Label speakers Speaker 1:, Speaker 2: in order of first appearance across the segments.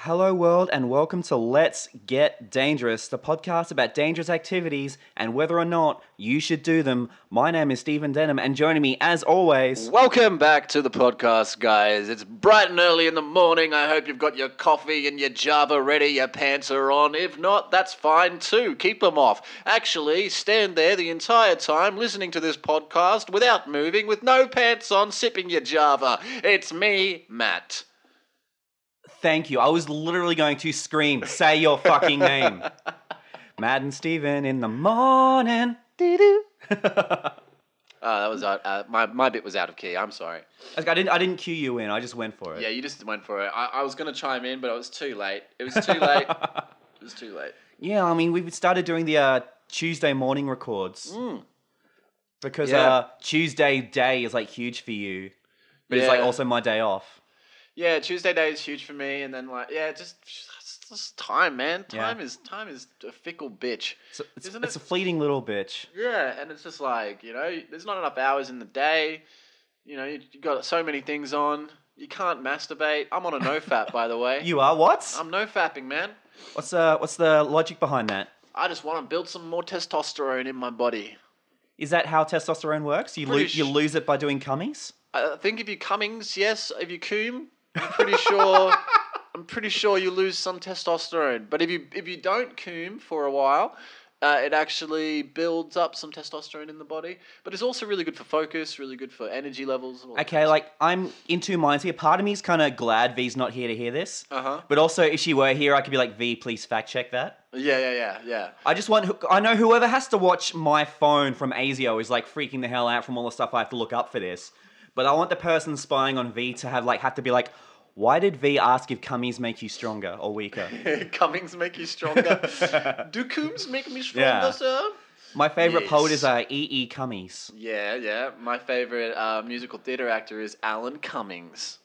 Speaker 1: Hello, world, and welcome to Let's Get Dangerous, the podcast about dangerous activities and whether or not you should do them. My name is Stephen Denham, and joining me, as always,
Speaker 2: Welcome back to the podcast, guys. It's bright and early in the morning. I hope you've got your coffee and your Java ready, your pants are on. If not, that's fine too. Keep them off. Actually, stand there the entire time listening to this podcast without moving, with no pants on, sipping your Java. It's me, Matt.
Speaker 1: thank you. I was literally going to scream, say your fucking name. Mad and Steven in the morning. Doo-doo.
Speaker 2: Uh, that was out, uh, my my bit was out of key. I'm sorry.
Speaker 1: I didn't. I didn't cue you in. I just went for it.
Speaker 2: Yeah, you just went for it. I, I was gonna chime in, but it was too late. It was too late. it was too late.
Speaker 1: Yeah, I mean, we started doing the uh, Tuesday morning records because
Speaker 2: Mm. Yeah.
Speaker 1: uh, Tuesday day is like huge for you, but it's
Speaker 2: Yeah.
Speaker 1: like also my day off.
Speaker 2: Yeah, Tuesday day is huge for me, and then like yeah, just just, just time, man.
Speaker 1: Yeah.
Speaker 2: Time is time is a fickle bitch.
Speaker 1: It's, it's,
Speaker 2: Isn't
Speaker 1: it's
Speaker 2: it-
Speaker 1: a fleeting little bitch.
Speaker 2: Yeah, and it's just like you know, there's not enough hours in the day. You know, you, you got so many things on. You can't masturbate. I'm on a no fat, by the way.
Speaker 1: You are what?
Speaker 2: I'm no fapping, man.
Speaker 1: what's uh, what's the logic behind that?
Speaker 2: I just want to build some more testosterone in my body.
Speaker 1: Is that how testosterone works? You
Speaker 2: Pretty
Speaker 1: lose you
Speaker 2: sh-
Speaker 1: lose it by doing cummies?
Speaker 2: I I think if you Cummings, yes, if you coom, I'm pretty sure I'm pretty sure you lose some testosterone. But if you if you don't coom for a while, uh, it actually builds up some testosterone in the body. But it's also really good for focus, really good for energy levels. and all that.
Speaker 1: Okay, like I'm in two minds here. Part of me is kind of glad V's not here to hear this,
Speaker 2: Uh-huh.
Speaker 1: but also if she were here, I could be like, V, please fact check that.
Speaker 2: Yeah, yeah, yeah, yeah.
Speaker 1: I just want. who- I know whoever has to watch my phone from ASIO is like freaking the hell out from all the stuff I have to look up for this. But I want the person spying on V to have like have to be like, why did V ask if cummies make you stronger or weaker?
Speaker 2: Cummings make you stronger. Do cooms make me stronger,
Speaker 1: Yeah.
Speaker 2: sir?
Speaker 1: My favorite
Speaker 2: Yes.
Speaker 1: poet is uh, E. E. Cummies.
Speaker 2: Yeah, yeah. My favorite uh, musical theater actor is Alan Cummings.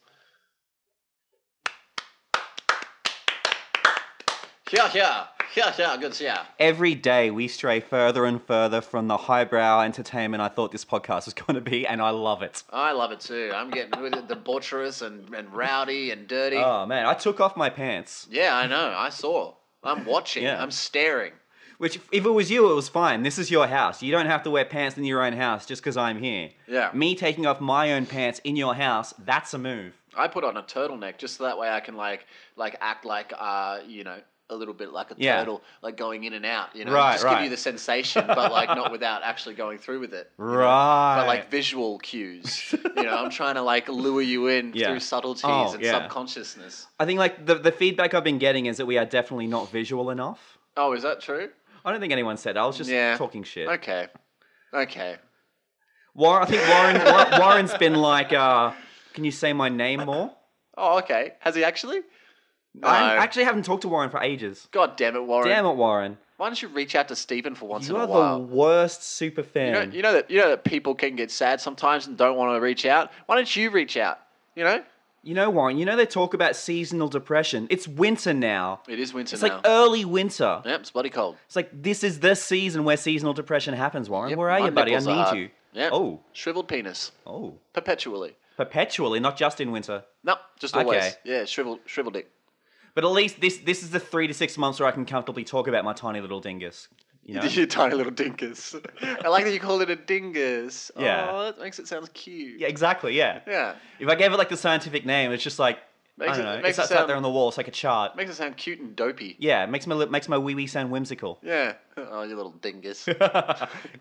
Speaker 2: Yeah, yeah, yeah, yeah. Good, yeah.
Speaker 1: Every day we stray further and further from the highbrow entertainment I thought this podcast was going to be, and I love it.
Speaker 2: I love it too. I'm getting with it, debaucherous and, and rowdy and dirty.
Speaker 1: Oh man, I took off my pants.
Speaker 2: Yeah, I know. I saw. I'm watching.
Speaker 1: Yeah.
Speaker 2: I'm staring.
Speaker 1: Which, if it was you, it was fine. This is your house. You don't have to wear pants in your own house just because I'm here.
Speaker 2: Yeah.
Speaker 1: Me taking off my own pants in your house, that's a move.
Speaker 2: I put on a turtleneck just so that way I can like like act like uh you know a little bit like a
Speaker 1: Yeah.
Speaker 2: turtle, like going in and out, you know,
Speaker 1: Right,
Speaker 2: just
Speaker 1: right.
Speaker 2: give you the sensation, but like not without actually going through with it. you know?
Speaker 1: Right.
Speaker 2: But like visual cues, you know, I'm trying to like lure you in
Speaker 1: Yeah.
Speaker 2: through subtleties
Speaker 1: Oh,
Speaker 2: and
Speaker 1: yeah.
Speaker 2: subconsciousness.
Speaker 1: I think like the, the feedback I've been getting is that we are definitely not visual enough.
Speaker 2: Oh, is that true?
Speaker 1: I don't think anyone said that. I was just
Speaker 2: Yeah.
Speaker 1: talking shit.
Speaker 2: Okay, okay.
Speaker 1: Warren, I think Warren Wa- Warren's been like, uh, can you say my name more?
Speaker 2: Oh, okay. Has he actually? No.
Speaker 1: I actually haven't talked to Warren for ages.
Speaker 2: God damn it, Warren!
Speaker 1: Damn it, Warren.
Speaker 2: Why don't you reach out to Stephen for once
Speaker 1: You
Speaker 2: in a
Speaker 1: are
Speaker 2: while?
Speaker 1: the worst super
Speaker 2: You know,
Speaker 1: fan.
Speaker 2: you know that you know that people can get sad sometimes and don't want to reach out. Why don't you reach out? You know,
Speaker 1: You know, Warren, you know they talk about seasonal depression. It's winter now.
Speaker 2: it is winter
Speaker 1: It's
Speaker 2: now.
Speaker 1: like uh, early winter.
Speaker 2: yep, it's bloody cold.
Speaker 1: It's like this is the season where seasonal depression happens, Warren.
Speaker 2: Yep,
Speaker 1: Where are
Speaker 2: my
Speaker 1: you, buddy? I
Speaker 2: nipples are
Speaker 1: need
Speaker 2: hard.
Speaker 1: you.
Speaker 2: Yep.
Speaker 1: Oh,
Speaker 2: Shriveled penis
Speaker 1: oh.
Speaker 2: perpetually.
Speaker 1: Perpetually, not just in winter.
Speaker 2: No, just
Speaker 1: Okay.
Speaker 2: always. Yeah, shriveled, shriveled dick.
Speaker 1: But at least this this is the three to six months where I can comfortably talk about my tiny little dingus. You know?
Speaker 2: You tiny little dinkus. I like that you call it a dingus.
Speaker 1: Yeah.
Speaker 2: Oh, that makes it sound cute.
Speaker 1: yeah, exactly, yeah.
Speaker 2: Yeah.
Speaker 1: If I gave it like the scientific name, it's just like
Speaker 2: Makes
Speaker 1: I
Speaker 2: it-
Speaker 1: don't know.
Speaker 2: makes
Speaker 1: It's,
Speaker 2: it
Speaker 1: it's out
Speaker 2: sound-
Speaker 1: there on the wall. It's like a chart.
Speaker 2: Makes it sound cute and dopey.
Speaker 1: Yeah, it makes my li- makes my wee wee sound whimsical.
Speaker 2: Yeah. Oh, you little dingus.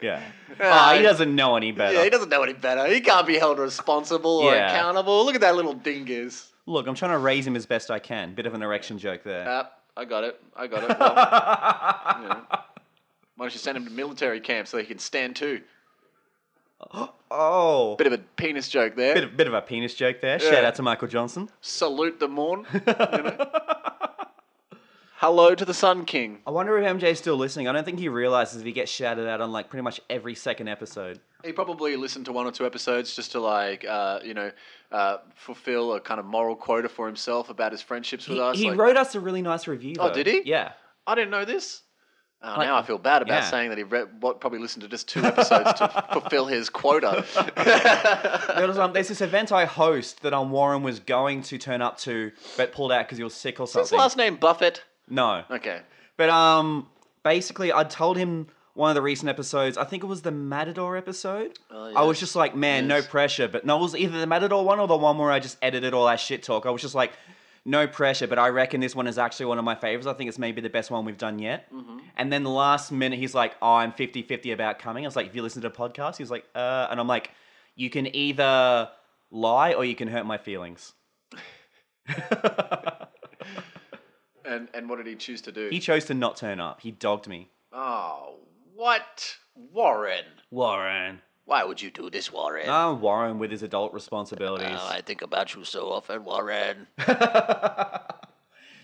Speaker 1: yeah. Ah, he doesn't know any better.
Speaker 2: yeah, he doesn't know any better. He can't be held responsible or
Speaker 1: Yeah.
Speaker 2: accountable. Look at that little dingus.
Speaker 1: Look, I'm trying to raise him as best I can. Bit of an erection joke there.
Speaker 2: Ah, I got it. I got it. Well, you know. Why don't you send him to military camp so he can stand too?
Speaker 1: oh.
Speaker 2: Bit of a penis joke there.
Speaker 1: Bit of, bit of a penis joke there. Shout
Speaker 2: Yeah.
Speaker 1: out to Michael Johnson.
Speaker 2: Salute the morn. you know? Hello to the Sun King.
Speaker 1: I wonder if MJ's still listening. I don't think he realizes if he gets shouted out on like pretty much every second episode.
Speaker 2: He probably listened to one or two episodes just to like, uh, you know, uh, fulfill a kind of moral quota for himself about his friendships with
Speaker 1: He,
Speaker 2: us.
Speaker 1: he
Speaker 2: like,
Speaker 1: wrote us a really nice review.
Speaker 2: Oh,
Speaker 1: though.
Speaker 2: did he?
Speaker 1: Yeah.
Speaker 2: I didn't know this. Oh,
Speaker 1: Like-
Speaker 2: now I feel bad about
Speaker 1: yeah.
Speaker 2: saying that he read, what, probably listened to just two episodes to fulfill his quota.
Speaker 1: There was, um, there's this event I host that um, Warren was going to turn up to, but pulled out because he was sick or
Speaker 2: His
Speaker 1: something.
Speaker 2: last name Buffett.
Speaker 1: no,
Speaker 2: Okay.
Speaker 1: but um, basically, I told him one of the recent episodes. I think it was the Matador episode.
Speaker 2: Oh,
Speaker 1: I
Speaker 2: yeah.
Speaker 1: was just like, man, no
Speaker 2: Yes.
Speaker 1: pressure. But no, it was either the Matador one or the one where I just edited all that shit talk. I was just like, no pressure. But I reckon this one is actually one of my favorites. I think it's maybe the best one we've done yet.
Speaker 2: Mm-hmm.
Speaker 1: And then the last minute, he's like, oh, I'm 50 50 about coming. I was like, if you listen to the podcast, he's like, uh, and I'm like, you can either lie or you can hurt my feelings.
Speaker 2: And and what did he choose to do?
Speaker 1: He chose to not turn up. He dogged me.
Speaker 2: oh, what, Warren?
Speaker 1: Warren.
Speaker 2: Why would you do this, Warren?
Speaker 1: Ah, Warren with his adult responsibilities.
Speaker 2: Oh, I think about you so often, Warren.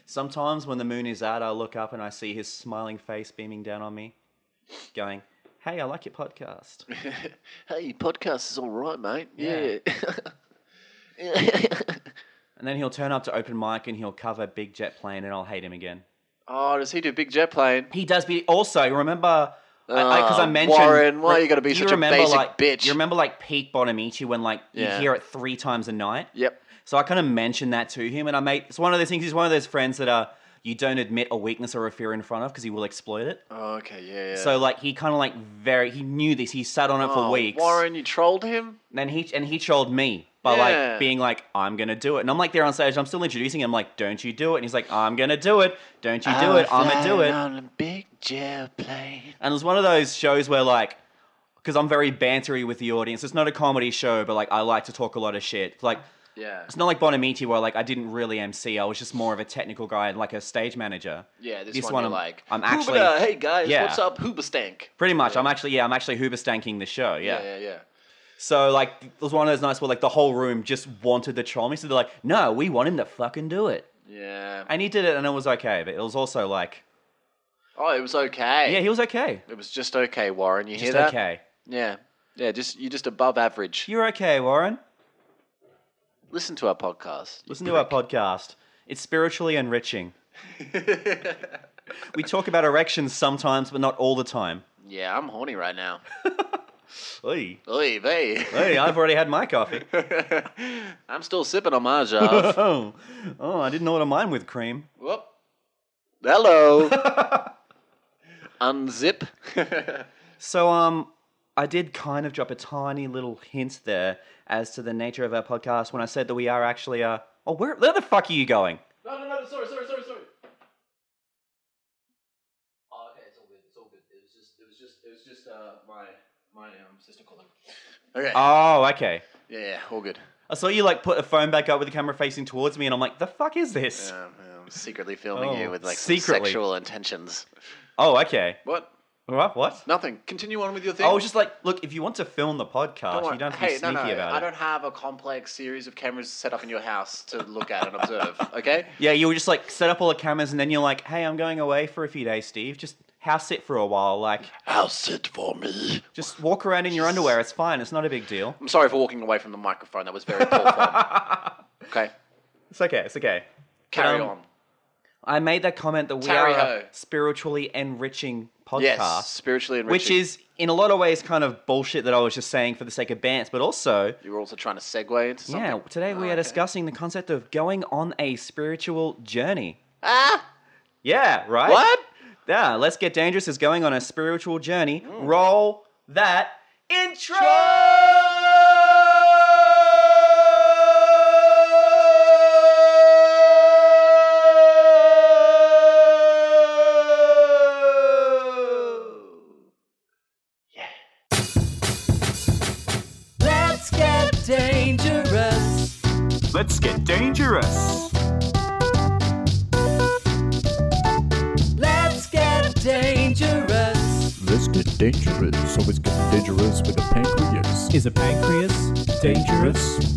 Speaker 1: Sometimes when the moon is out, I look up and I see his smiling face beaming down on me, going, Hey, I like your podcast.
Speaker 2: hey, podcast is all right, mate.
Speaker 1: Yeah.
Speaker 2: Yeah.
Speaker 1: And then he'll turn up to open mic and he'll cover Big Jet Plane and I'll hate him again.
Speaker 2: oh, does he do big jet plane?
Speaker 1: He does be also, remember, because I, I, 'cause I
Speaker 2: Oh,
Speaker 1: mentioned.
Speaker 2: Warren, why you gotta be
Speaker 1: you
Speaker 2: such a
Speaker 1: remember,
Speaker 2: basic
Speaker 1: like,
Speaker 2: bitch?
Speaker 1: You remember like peak Bonamici when like
Speaker 2: Yeah.
Speaker 1: you hear it three times a night?
Speaker 2: Yep.
Speaker 1: So I kind of mentioned that to him, and I made it's one of those things. He's one of those friends that uh, you don't admit a weakness or a fear in front of because he will exploit it.
Speaker 2: Oh, okay, yeah. yeah.
Speaker 1: So like he kind of like very he knew this. He sat on it
Speaker 2: Oh,
Speaker 1: for weeks.
Speaker 2: Warren, you trolled him.
Speaker 1: And then he and he trolled me by
Speaker 2: Yeah.
Speaker 1: like being like I'm gonna do it, and I'm like there on stage. I'm still introducing him. like, don't you do it? And he's like, I'm gonna do it. Don't you
Speaker 2: Oh,
Speaker 1: do it? I'm gonna do it.
Speaker 2: On a big jet plane.
Speaker 1: And it was one of those shows where like, because I'm very bantery with the audience. It's not a comedy show, but like I like to talk a lot of shit. Like
Speaker 2: Yeah.
Speaker 1: it's not like Bonamici where like I didn't really MC. I was just more of a technical guy and like a stage manager.
Speaker 2: Yeah, this,
Speaker 1: this
Speaker 2: one,
Speaker 1: one
Speaker 2: you're
Speaker 1: I'm-
Speaker 2: like,
Speaker 1: I'm
Speaker 2: "Hooba
Speaker 1: actually-
Speaker 2: da, hey guys,
Speaker 1: Yeah.
Speaker 2: what's up, Hoobastank?
Speaker 1: Pretty much, I'm actually yeah, I'm actually Hoover stanking the show.
Speaker 2: Yeah, yeah, yeah.
Speaker 1: So like it was one of those nights where like the whole room just wanted to troll me. So they're like, no, we want him to fucking do it.
Speaker 2: Yeah.
Speaker 1: And he did it and it was okay, but it was also like
Speaker 2: Oh, it was okay.
Speaker 1: Yeah, he was okay.
Speaker 2: it was just okay, Warren. You
Speaker 1: Just
Speaker 2: hear that?
Speaker 1: okay.
Speaker 2: Yeah. Yeah, just you're just above average.
Speaker 1: You're okay, Warren.
Speaker 2: Listen to our podcast. you
Speaker 1: Listen to our podcast. It's spiritually enriching. we talk about erections sometimes, but not all the time.
Speaker 2: Yeah, I'm horny right now.
Speaker 1: Hey,
Speaker 2: Oy vey.
Speaker 1: hey, I've already had my coffee.
Speaker 2: I'm still sipping on my Jav.
Speaker 1: Oh, oh, I didn't order mine with cream.
Speaker 2: Whoop. Hello. Unzip.
Speaker 1: So, um, I did kind of drop a tiny little hint there as to the nature of our podcast when I said that we are actually, uh, oh, where, where the fuck are you going?
Speaker 2: No, no, no, sorry, sorry, sorry, sorry. Oh, okay, it's all good, it's all good. It was just, it was just, it was just, uh, my, my, um, sister calling. Okay.
Speaker 1: Oh, okay.
Speaker 2: yeah, yeah, all good.
Speaker 1: I saw you like put the phone back up with the camera facing towards me, and I'm like, the fuck is this?
Speaker 2: Um, um, secretly filming you
Speaker 1: Oh,
Speaker 2: with, like, some
Speaker 1: secretly.
Speaker 2: sexual intentions.
Speaker 1: Oh, okay.
Speaker 2: What?
Speaker 1: What? What?
Speaker 2: Nothing. Continue on with your thing.
Speaker 1: I was just like, look, if you want to film the podcast,
Speaker 2: worry.
Speaker 1: you don't have to
Speaker 2: hey,
Speaker 1: be sneaky
Speaker 2: no, no,
Speaker 1: about
Speaker 2: I
Speaker 1: it.
Speaker 2: don't have a complex series of cameras set up in your house to look at and observe, okay?
Speaker 1: Yeah, you were just like set up all the cameras, and then you're like, hey, I'm going away for a few days, Steve. Just house sit for a while. Like,
Speaker 2: House it for me.
Speaker 1: just walk around in your underwear. It's fine. It's not a big deal.
Speaker 2: I'm sorry for walking away from the microphone. That was very poor form. Okay,
Speaker 1: It's okay. It's okay.
Speaker 2: carry
Speaker 1: um,
Speaker 2: on.
Speaker 1: I made that comment that we
Speaker 2: Tarry
Speaker 1: are a
Speaker 2: ho.
Speaker 1: spiritually enriching podcast,
Speaker 2: Yes, spiritually enriching.
Speaker 1: which is in a lot of ways kind of bullshit that I was just saying for the sake of bants, but also.
Speaker 2: you were also trying to segue into something.
Speaker 1: Yeah, today we
Speaker 2: Oh,
Speaker 1: are
Speaker 2: okay.
Speaker 1: discussing the concept of going on a spiritual journey.
Speaker 2: Ah,
Speaker 1: Yeah, right?
Speaker 2: what?
Speaker 1: Yeah, Let's Get Dangerous is going on a spiritual journey.
Speaker 2: Mm.
Speaker 1: Roll that intro! Let's get dangerous. Let's get dangerous. Let's get dangerous.
Speaker 3: Let's get dangerous. Always get dangerous with a pancreas.
Speaker 4: Is a pancreas dangerous?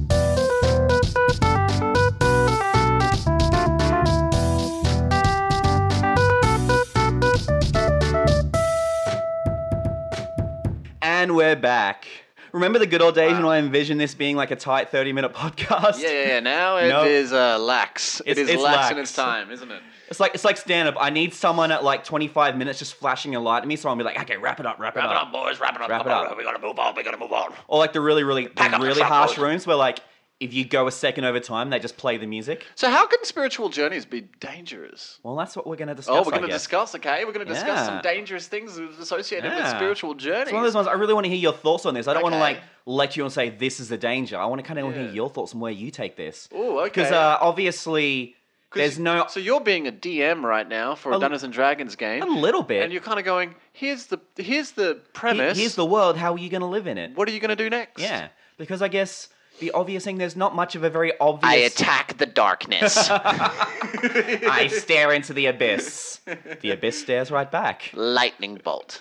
Speaker 1: And we're back Remember the good old days when I envisioned this being like a tight 30 minute podcast?
Speaker 2: Yeah, yeah, yeah. Now it is
Speaker 1: No.
Speaker 2: uh, lax. It
Speaker 1: It's-
Speaker 2: is
Speaker 1: it's
Speaker 2: lax, in
Speaker 1: lax.
Speaker 2: its time, isn't it?
Speaker 1: It's like it's like stand up. I need someone at like 25 minutes just flashing a light at me, so I'll be like, okay, wrap it up, wrap,
Speaker 2: Wrap
Speaker 1: it
Speaker 2: it
Speaker 1: up.
Speaker 2: up, boys. Wrap it up.
Speaker 1: Wrap
Speaker 2: Come
Speaker 1: it
Speaker 2: on,
Speaker 1: up.
Speaker 2: We gotta move on. We gotta move on.
Speaker 1: Or like the really, really,
Speaker 2: Pack up the
Speaker 1: really
Speaker 2: front
Speaker 1: harsh
Speaker 2: load.
Speaker 1: rooms where like if you go a second over time, they just play the music.
Speaker 2: So, how can spiritual journeys be dangerous?
Speaker 1: Well, that's what we're gonna discuss.
Speaker 2: Oh, we're
Speaker 1: I
Speaker 2: going to
Speaker 1: guess.
Speaker 2: discuss, okay? We're going to discuss some
Speaker 1: Yeah.
Speaker 2: dangerous things associated with
Speaker 1: Yeah.
Speaker 2: spiritual journeys.
Speaker 1: It's one of those ones I really want to hear your thoughts on this. I don't want to
Speaker 2: Okay.
Speaker 1: like lecture you and say this is the danger. I want to kind of
Speaker 2: Yeah.
Speaker 1: hear your thoughts on where you take this.
Speaker 2: Ooh, okay.
Speaker 1: Because uh, obviously,
Speaker 2: 'Cause
Speaker 1: there's
Speaker 2: you-
Speaker 1: no
Speaker 2: So you're being a DM right now for a,
Speaker 1: A-
Speaker 2: Dungeons and Dragons game,
Speaker 1: a little bit.
Speaker 2: and you're kind of going, "Here's the here's the
Speaker 1: He-
Speaker 2: premise.
Speaker 1: Here's the world. How are you gonna live in it?
Speaker 2: what are you going to do next?
Speaker 1: Yeah, because I guess the obvious thing there's not much of a very obvious.
Speaker 2: attack the darkness.
Speaker 1: I stare into the abyss. The abyss stares right back.
Speaker 2: Lightning bolt.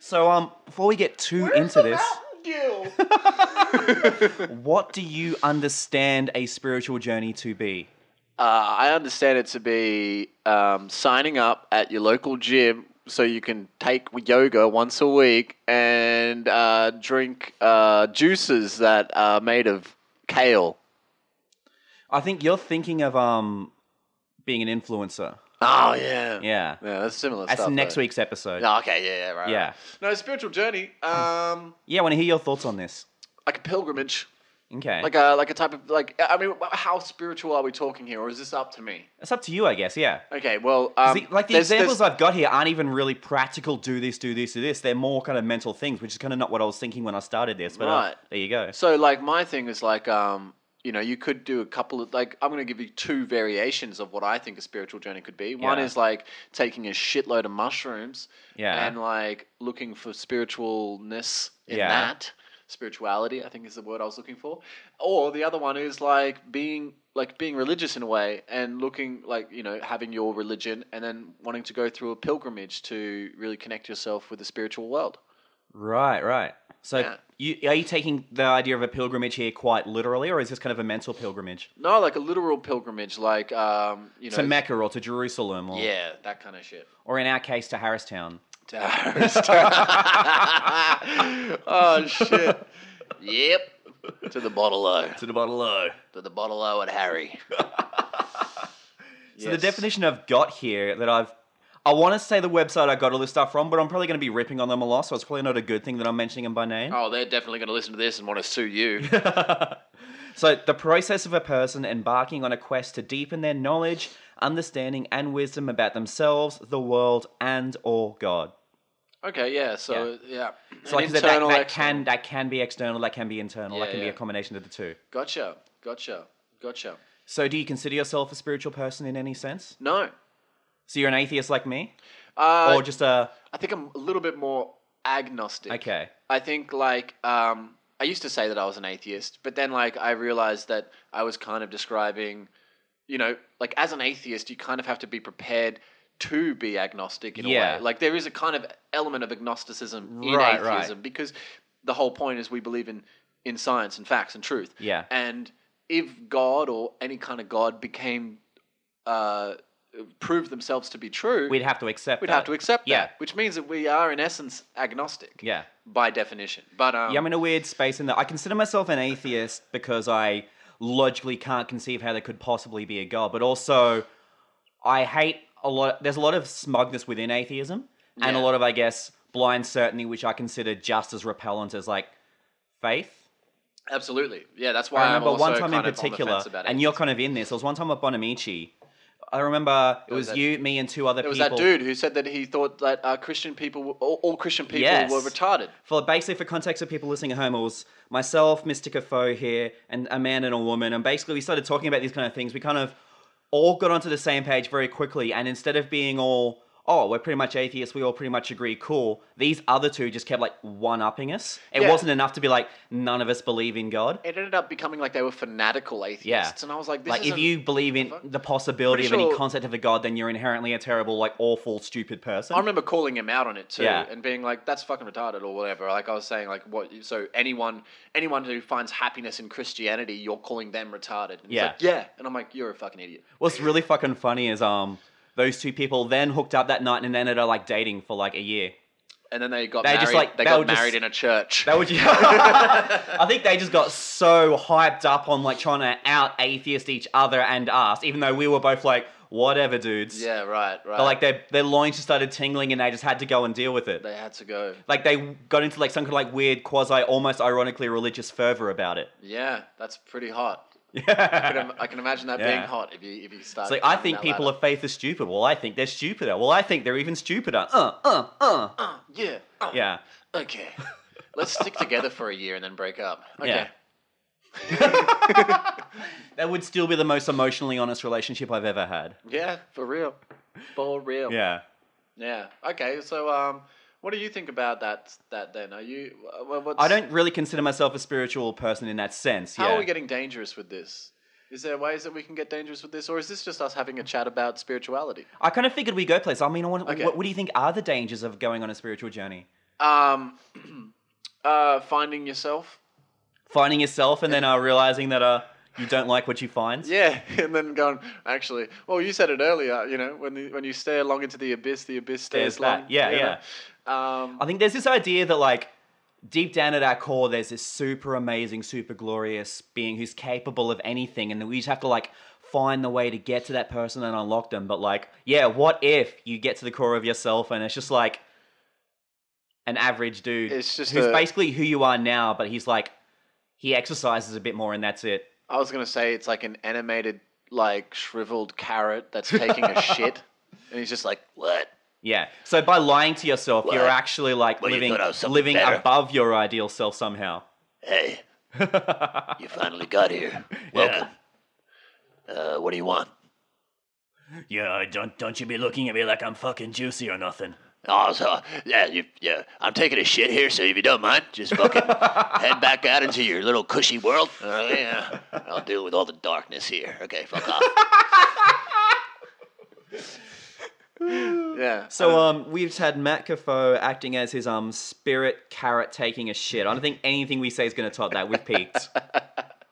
Speaker 1: So um, before we get too into this, what do you understand a spiritual journey to be?
Speaker 2: Uh, I understand it to be um, signing up at your local gym so you can take yoga once a week and uh, drink uh, juices that are made of kale.
Speaker 1: I think you're thinking of um, being an influencer.
Speaker 2: Oh yeah,
Speaker 1: Yeah,
Speaker 2: yeah. That's similar.
Speaker 1: that's
Speaker 2: stuff,
Speaker 1: next
Speaker 2: though.
Speaker 1: week's episode.
Speaker 2: Oh, okay, yeah, yeah, right, right.
Speaker 1: Yeah.
Speaker 2: No spiritual journey. Um,
Speaker 1: Yeah, I want to hear your thoughts on this.
Speaker 2: like a pilgrimage,
Speaker 1: Okay,
Speaker 2: like a like a type of like. I mean, how spiritual are we talking here, or is this up to me?
Speaker 1: it's up to you, I guess. Yeah.
Speaker 2: Okay, well, um,
Speaker 1: See, like the
Speaker 2: there's- there's-
Speaker 1: examples I've got here aren't even really practical. Do this, do this, do this. They're more kind of mental things, which is kind of not what I was thinking when I started this. But uh,
Speaker 2: Right.
Speaker 1: there you go.
Speaker 2: So like my thing is like um you know you could do a couple of like I'm gonna give you two variations of what I think a spiritual journey could be. One
Speaker 1: Yeah.
Speaker 2: is like taking a shitload of mushrooms
Speaker 1: Yeah.
Speaker 2: and like looking for spiritualness in
Speaker 1: Yeah.
Speaker 2: that spirituality. I think is the word I was looking for. Or the other one is like being like being religious in a way and looking like you know having your religion and then wanting to go through a pilgrimage to really connect yourself with the spiritual world.
Speaker 1: Right, right. So
Speaker 2: Yeah.
Speaker 1: you are you taking the idea of a pilgrimage here quite literally, or is this kind of a mental pilgrimage
Speaker 2: No, like a literal pilgrimage, like um, you know,
Speaker 1: to Mecca or to Jerusalem, or
Speaker 2: Yeah, that kind of shit.
Speaker 1: or in our case to Harristown?
Speaker 2: oh shit. Yep. To the bottle O.
Speaker 1: To the bottle O.
Speaker 2: To the bottle O at Harry.
Speaker 1: So the definition I've got here that I've I want to say the website I got all this stuff from, but I'm probably going to be ripping on them a lot, so it's probably not a good thing that I'm mentioning them by name.
Speaker 2: Oh, they're definitely going to listen to this and want to sue you. Oh.
Speaker 1: So, the process of a person embarking on a quest to deepen their knowledge, understanding, and wisdom about themselves, the world, and or God.
Speaker 2: okay, yeah. So yeah.
Speaker 1: So, like
Speaker 2: An
Speaker 1: I said, that, that
Speaker 2: external-
Speaker 1: can that can be external, that can be internal,
Speaker 2: Yeah,
Speaker 1: that can be
Speaker 2: yeah.
Speaker 1: a combination of the two.
Speaker 2: Gotcha. Gotcha. Gotcha.
Speaker 1: So, do you consider yourself a spiritual person in any sense?
Speaker 2: No.
Speaker 1: So, you're an atheist like me,
Speaker 2: Uh,
Speaker 1: or just a
Speaker 2: I think I'm a little bit more agnostic.
Speaker 1: okay?
Speaker 2: I think like um, I used to say that I was an atheist, but then like I realized that I was kind of describing, you know, like as an atheist, you kind of have to be prepared to be agnostic in a
Speaker 1: Yeah.
Speaker 2: way. Like there is a kind of element of agnosticism in
Speaker 1: Right, right.
Speaker 2: atheism because the whole point is we believe in in science and facts and truth.
Speaker 1: Yeah.
Speaker 2: And if God or any kind of God became uh, proved themselves to be true,
Speaker 1: We'd have to accept.
Speaker 2: we'd
Speaker 1: that.
Speaker 2: have to accept
Speaker 1: Yeah.
Speaker 2: that, which means that we are in essence agnostic
Speaker 1: Yeah.
Speaker 2: by definition. But um,
Speaker 1: Yeah, I'm in a weird space in that I consider myself an atheist because I logically can't conceive how there could possibly be a god, but also I hate a lot. There's a lot of smugness within atheism, and a
Speaker 2: Yeah.
Speaker 1: lot of, I guess, blind certainty, which I consider just as repellent as like faith.
Speaker 2: absolutely, yeah. That's why
Speaker 1: I
Speaker 2: I am
Speaker 1: remember
Speaker 2: also
Speaker 1: one time in
Speaker 2: kind of on the
Speaker 1: particular,
Speaker 2: fence about
Speaker 1: and
Speaker 2: it.
Speaker 1: you're kind of in this. There was one time at Bonamici. I remember it
Speaker 2: was
Speaker 1: was,
Speaker 2: that-
Speaker 1: you, me, and two other
Speaker 2: There was
Speaker 1: people.
Speaker 2: that dude who said that he thought that uh, Christian people, were, all, all Christian people,
Speaker 1: Yes.
Speaker 2: were retarded.
Speaker 1: For basically, for context of people listening at home, it was myself, Mr. Kafo here, and a man and a woman. And basically, we started talking about these kind of things. We kind of all got onto the same page very quickly. And instead of being all, oh, we're pretty much atheists, we all pretty much agree, cool, these other two just kept like one upping us. It
Speaker 2: Yeah.
Speaker 1: wasn't enough to be like, none of us believe in God.
Speaker 2: It ended up becoming like they were fanatical atheists,
Speaker 1: Yeah.
Speaker 2: and I was like, this
Speaker 1: like, if
Speaker 2: isn't-
Speaker 1: you believe in
Speaker 2: fuck?
Speaker 1: the possibility of
Speaker 2: Pretty
Speaker 1: any
Speaker 2: sure-
Speaker 1: concept of a God, then you're inherently a terrible, like, awful, stupid person.
Speaker 2: I remember calling him out on it too,
Speaker 1: Yeah.
Speaker 2: and being like, "That's fucking retarded" or whatever. Like I was saying, like what? So anyone, anyone who finds happiness in Christianity, you're calling them retarded. And he's
Speaker 1: Yeah.
Speaker 2: like, yeah. And I'm like, you're a fucking idiot.
Speaker 1: What's really fucking funny is um those two people then hooked up that night and then ended up like dating for like a year.
Speaker 2: and then they got
Speaker 1: They
Speaker 2: married.
Speaker 1: just, like,
Speaker 2: they
Speaker 1: they
Speaker 2: got
Speaker 1: would just-
Speaker 2: married in a church.
Speaker 1: That would. I think they just got so hyped up on like trying to out atheist each other and us, even though we were both like, whatever, dudes.
Speaker 2: yeah, right, right.
Speaker 1: But like their their loins just started tingling, and they just had to go and deal with it.
Speaker 2: they had to go.
Speaker 1: Like they got into like some kind of like weird quasi, almost ironically religious fervor about it.
Speaker 2: Yeah, that's pretty hot. I
Speaker 1: Yeah.
Speaker 2: can, I can imagine that
Speaker 1: Yeah.
Speaker 2: being hot if you if you start.
Speaker 1: It's like I
Speaker 2: climbing
Speaker 1: think
Speaker 2: that
Speaker 1: people
Speaker 2: ladder.
Speaker 1: of faith are stupid. Well, I think they're stupider. Well, I think they're even stupider. Uh, uh, uh.
Speaker 2: Uh, yeah. uh,
Speaker 1: Yeah.
Speaker 2: Okay. Let's stick together for a year and then break up. Okay.
Speaker 1: Yeah. That would still be the most emotionally honest relationship I've ever had.
Speaker 2: Yeah, for real. For real.
Speaker 1: Yeah.
Speaker 2: Yeah. Okay. So, um, what do you think about that? That then are you? uh, wha- What's,
Speaker 1: I don't really consider myself a spiritual person in that sense.
Speaker 2: How
Speaker 1: yeah.
Speaker 2: are we getting dangerous with this? Is there ways that we can get dangerous with this, or is this just us having a chat about spirituality?
Speaker 1: I kind of figured we go place. I mean, I want,
Speaker 2: Okay.
Speaker 1: what, what do you think are the dangers of going on a spiritual journey?
Speaker 2: Um, uh, finding yourself.
Speaker 1: Finding yourself and then uh, realizing that uh, you don't like what you find.
Speaker 2: Yeah, and then going. Actually, well, you said it earlier. You know, when the, when you stare long into the abyss, the abyss
Speaker 1: There's
Speaker 2: stares
Speaker 1: that,
Speaker 2: long.
Speaker 1: yeah,
Speaker 2: you know.
Speaker 1: yeah.
Speaker 2: Um,
Speaker 1: I think there's this idea that like deep down at our core, there's this super amazing, super glorious being who's capable of anything, and we just have to like find the way to get to that person and unlock them. But like, yeah, what if you get to the core of yourself and it's just like an average dude
Speaker 2: It's just
Speaker 1: who's
Speaker 2: a-
Speaker 1: basically who you are now, but he's like he exercises a bit more and that's it.
Speaker 2: I was gonna say it's like an animated, like shriveled carrot that's taking a shit, and he's just like, "What?
Speaker 1: Yeah. So by lying to yourself, you're
Speaker 2: Well,
Speaker 1: actually like
Speaker 2: well, you
Speaker 1: living
Speaker 2: thought I was something
Speaker 1: living
Speaker 2: better.
Speaker 1: above your ideal self somehow.
Speaker 2: Hey, you finally got here. Welcome. Uh, what do you want?
Speaker 1: Yeah, don't don't you be looking at me like I'm fucking juicy or nothing.
Speaker 2: Oh, so, yeah, you, yeah. I'm taking a shit here, so if you don't mind, just fucking head back out into your little cushy world. Oh yeah, I'll deal with all the darkness here. Okay, fuck off. yeah.
Speaker 1: So um, we've just had Matt Cafoe acting as his um spirit carrot taking a shit. I don't think anything we say is going to top that. We've peaked.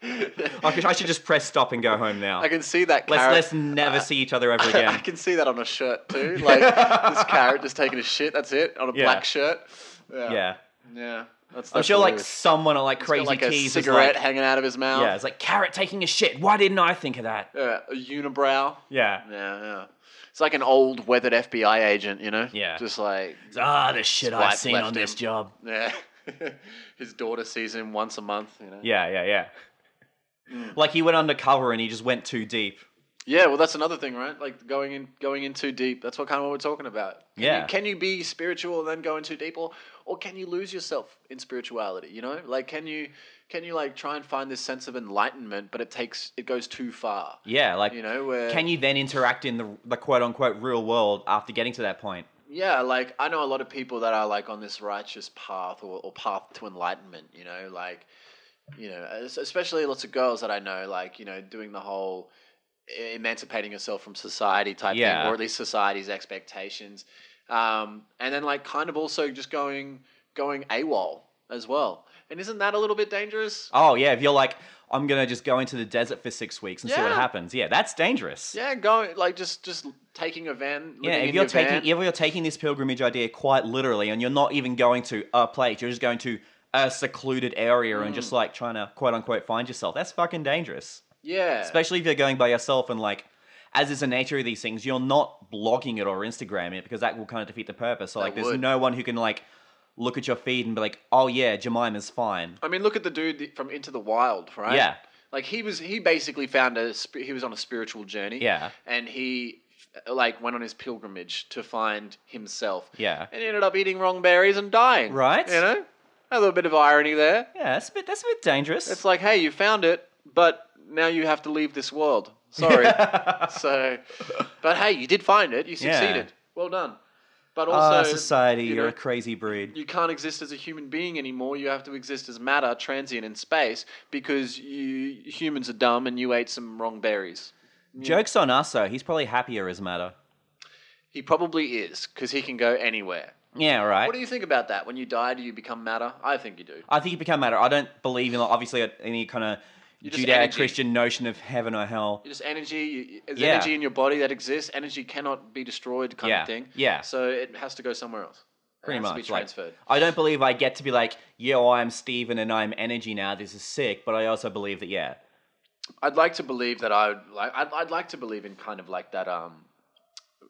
Speaker 1: I, could- I should just press stop and go home now.
Speaker 2: I can see that
Speaker 1: let's
Speaker 2: carrot.
Speaker 1: let's never see each other ever
Speaker 2: I
Speaker 1: again.
Speaker 2: can see that on a shirt too. Like this carrot just taking a shit. That's it on a
Speaker 1: Yeah.
Speaker 2: black shirt. Yeah.
Speaker 1: yeah,
Speaker 2: Yeah. That's,
Speaker 1: I'm
Speaker 2: that's
Speaker 1: sure like
Speaker 2: hilarious.
Speaker 1: someone on like
Speaker 2: He's got,
Speaker 1: crazy
Speaker 2: like a
Speaker 1: keys is
Speaker 2: cigarette
Speaker 1: like,
Speaker 2: hanging out of his mouth.
Speaker 1: yeah, it's like carrot taking a shit. Why didn't I think of that?
Speaker 2: Yeah, a unibrow.
Speaker 1: Yeah.
Speaker 2: Yeah, yeah. It's like an old weathered FBI agent, you know?
Speaker 1: Yeah.
Speaker 2: Just like,
Speaker 1: Ah, the shit
Speaker 2: His wife
Speaker 1: I've seen
Speaker 2: left
Speaker 1: on this
Speaker 2: him.
Speaker 1: job.
Speaker 2: yeah. His daughter sees him once a month, you know?
Speaker 1: Yeah, yeah, yeah.
Speaker 2: Mm.
Speaker 1: Like he went undercover and he just went too deep.
Speaker 2: Yeah, well, that's another thing, right? Like going in, going in too deep. That's what kind of what we're talking about. Can you-
Speaker 1: Yeah.
Speaker 2: can you be spiritual and then go in too deep, or or can you lose yourself in spirituality? You know, like can you can you like try and find this sense of enlightenment, but it takes it goes too far.
Speaker 1: Yeah, like
Speaker 2: You know, where
Speaker 1: Can you then interact in the, the quote unquote real world after getting to that point?
Speaker 2: yeah, like I know a lot of people that are like on this righteous path or, or path to enlightenment, you know, like, you know, es- especially lots of girls that I know, like, you know, doing the whole e- emancipating yourself from society type
Speaker 1: Yeah.
Speaker 2: thing, or at least society's expectations. Um, and then like kind of also just going, going AWOL as well. And isn't that a little bit dangerous?
Speaker 1: Oh, yeah, if you're like, I'm going to just go into the desert for six weeks and see what
Speaker 2: Yeah.
Speaker 1: happens. Yeah, that's dangerous.
Speaker 2: Yeah. Going like just, just taking a van.
Speaker 1: Yeah,
Speaker 2: living
Speaker 1: if
Speaker 2: in
Speaker 1: you're
Speaker 2: your
Speaker 1: taking
Speaker 2: van.
Speaker 1: if you're taking this pilgrimage idea quite literally and you're not even going to a place, you're just going to a secluded area
Speaker 2: Mm.
Speaker 1: and just like trying to quote unquote find yourself. That's fucking dangerous.
Speaker 2: yeah.
Speaker 1: Especially if you're going by yourself and like as is the nature of these things, you're not blogging it or Instagramming it because that will kind of defeat the purpose. So like there's
Speaker 2: would.
Speaker 1: no one who can like look at your feed and be like, "Oh yeah, Jemima's fine."
Speaker 2: I mean, look at the dude from Into the Wild, right?
Speaker 1: Yeah.
Speaker 2: Like he was, he basically found a sp- he was on a spiritual journey.
Speaker 1: Yeah.
Speaker 2: And he uh, like went on his pilgrimage to find himself.
Speaker 1: Yeah.
Speaker 2: And he ended up eating wrong berries and dying.
Speaker 1: Right.
Speaker 2: You know, a little bit of irony there.
Speaker 1: Yeah, that's a bit that's a bit dangerous.
Speaker 2: It's like, hey, you found it, but now you have to leave this world. Sorry. so, but hey, you did find it. You
Speaker 1: Yeah.
Speaker 2: succeeded. Well done. But also,
Speaker 1: Ah, society,
Speaker 2: you
Speaker 1: you are
Speaker 2: know,
Speaker 1: a crazy breed.
Speaker 2: you can't exist as a human being anymore. You have to exist as matter, transient in space, because you humans are dumb and you ate some wrong berries.
Speaker 1: Jokes on us though. He's probably happier as matter.
Speaker 2: He probably is, because he can go anywhere.
Speaker 1: Yeah, right.
Speaker 2: What do you think about that? When you die, do you become matter? I think you do.
Speaker 1: I think you become matter. I don't believe in like, obviously any kind of
Speaker 2: just
Speaker 1: Judeo-Christian notion of heaven or hell.
Speaker 2: You're just energy. You, there's
Speaker 1: Yeah.
Speaker 2: energy in your body that exists. Energy cannot be destroyed, kind
Speaker 1: Yeah.
Speaker 2: of thing.
Speaker 1: Yeah.
Speaker 2: So it has to go somewhere else.
Speaker 1: Pretty
Speaker 2: has
Speaker 1: much.
Speaker 2: to be
Speaker 1: like,
Speaker 2: transferred.
Speaker 1: I don't believe I get to be like, yo, I'm Steven and I'm energy now. This is sick. But I also believe that, yeah.
Speaker 2: I'd like to believe that I would like. I'd, I'd like to believe in kind of like that. Um,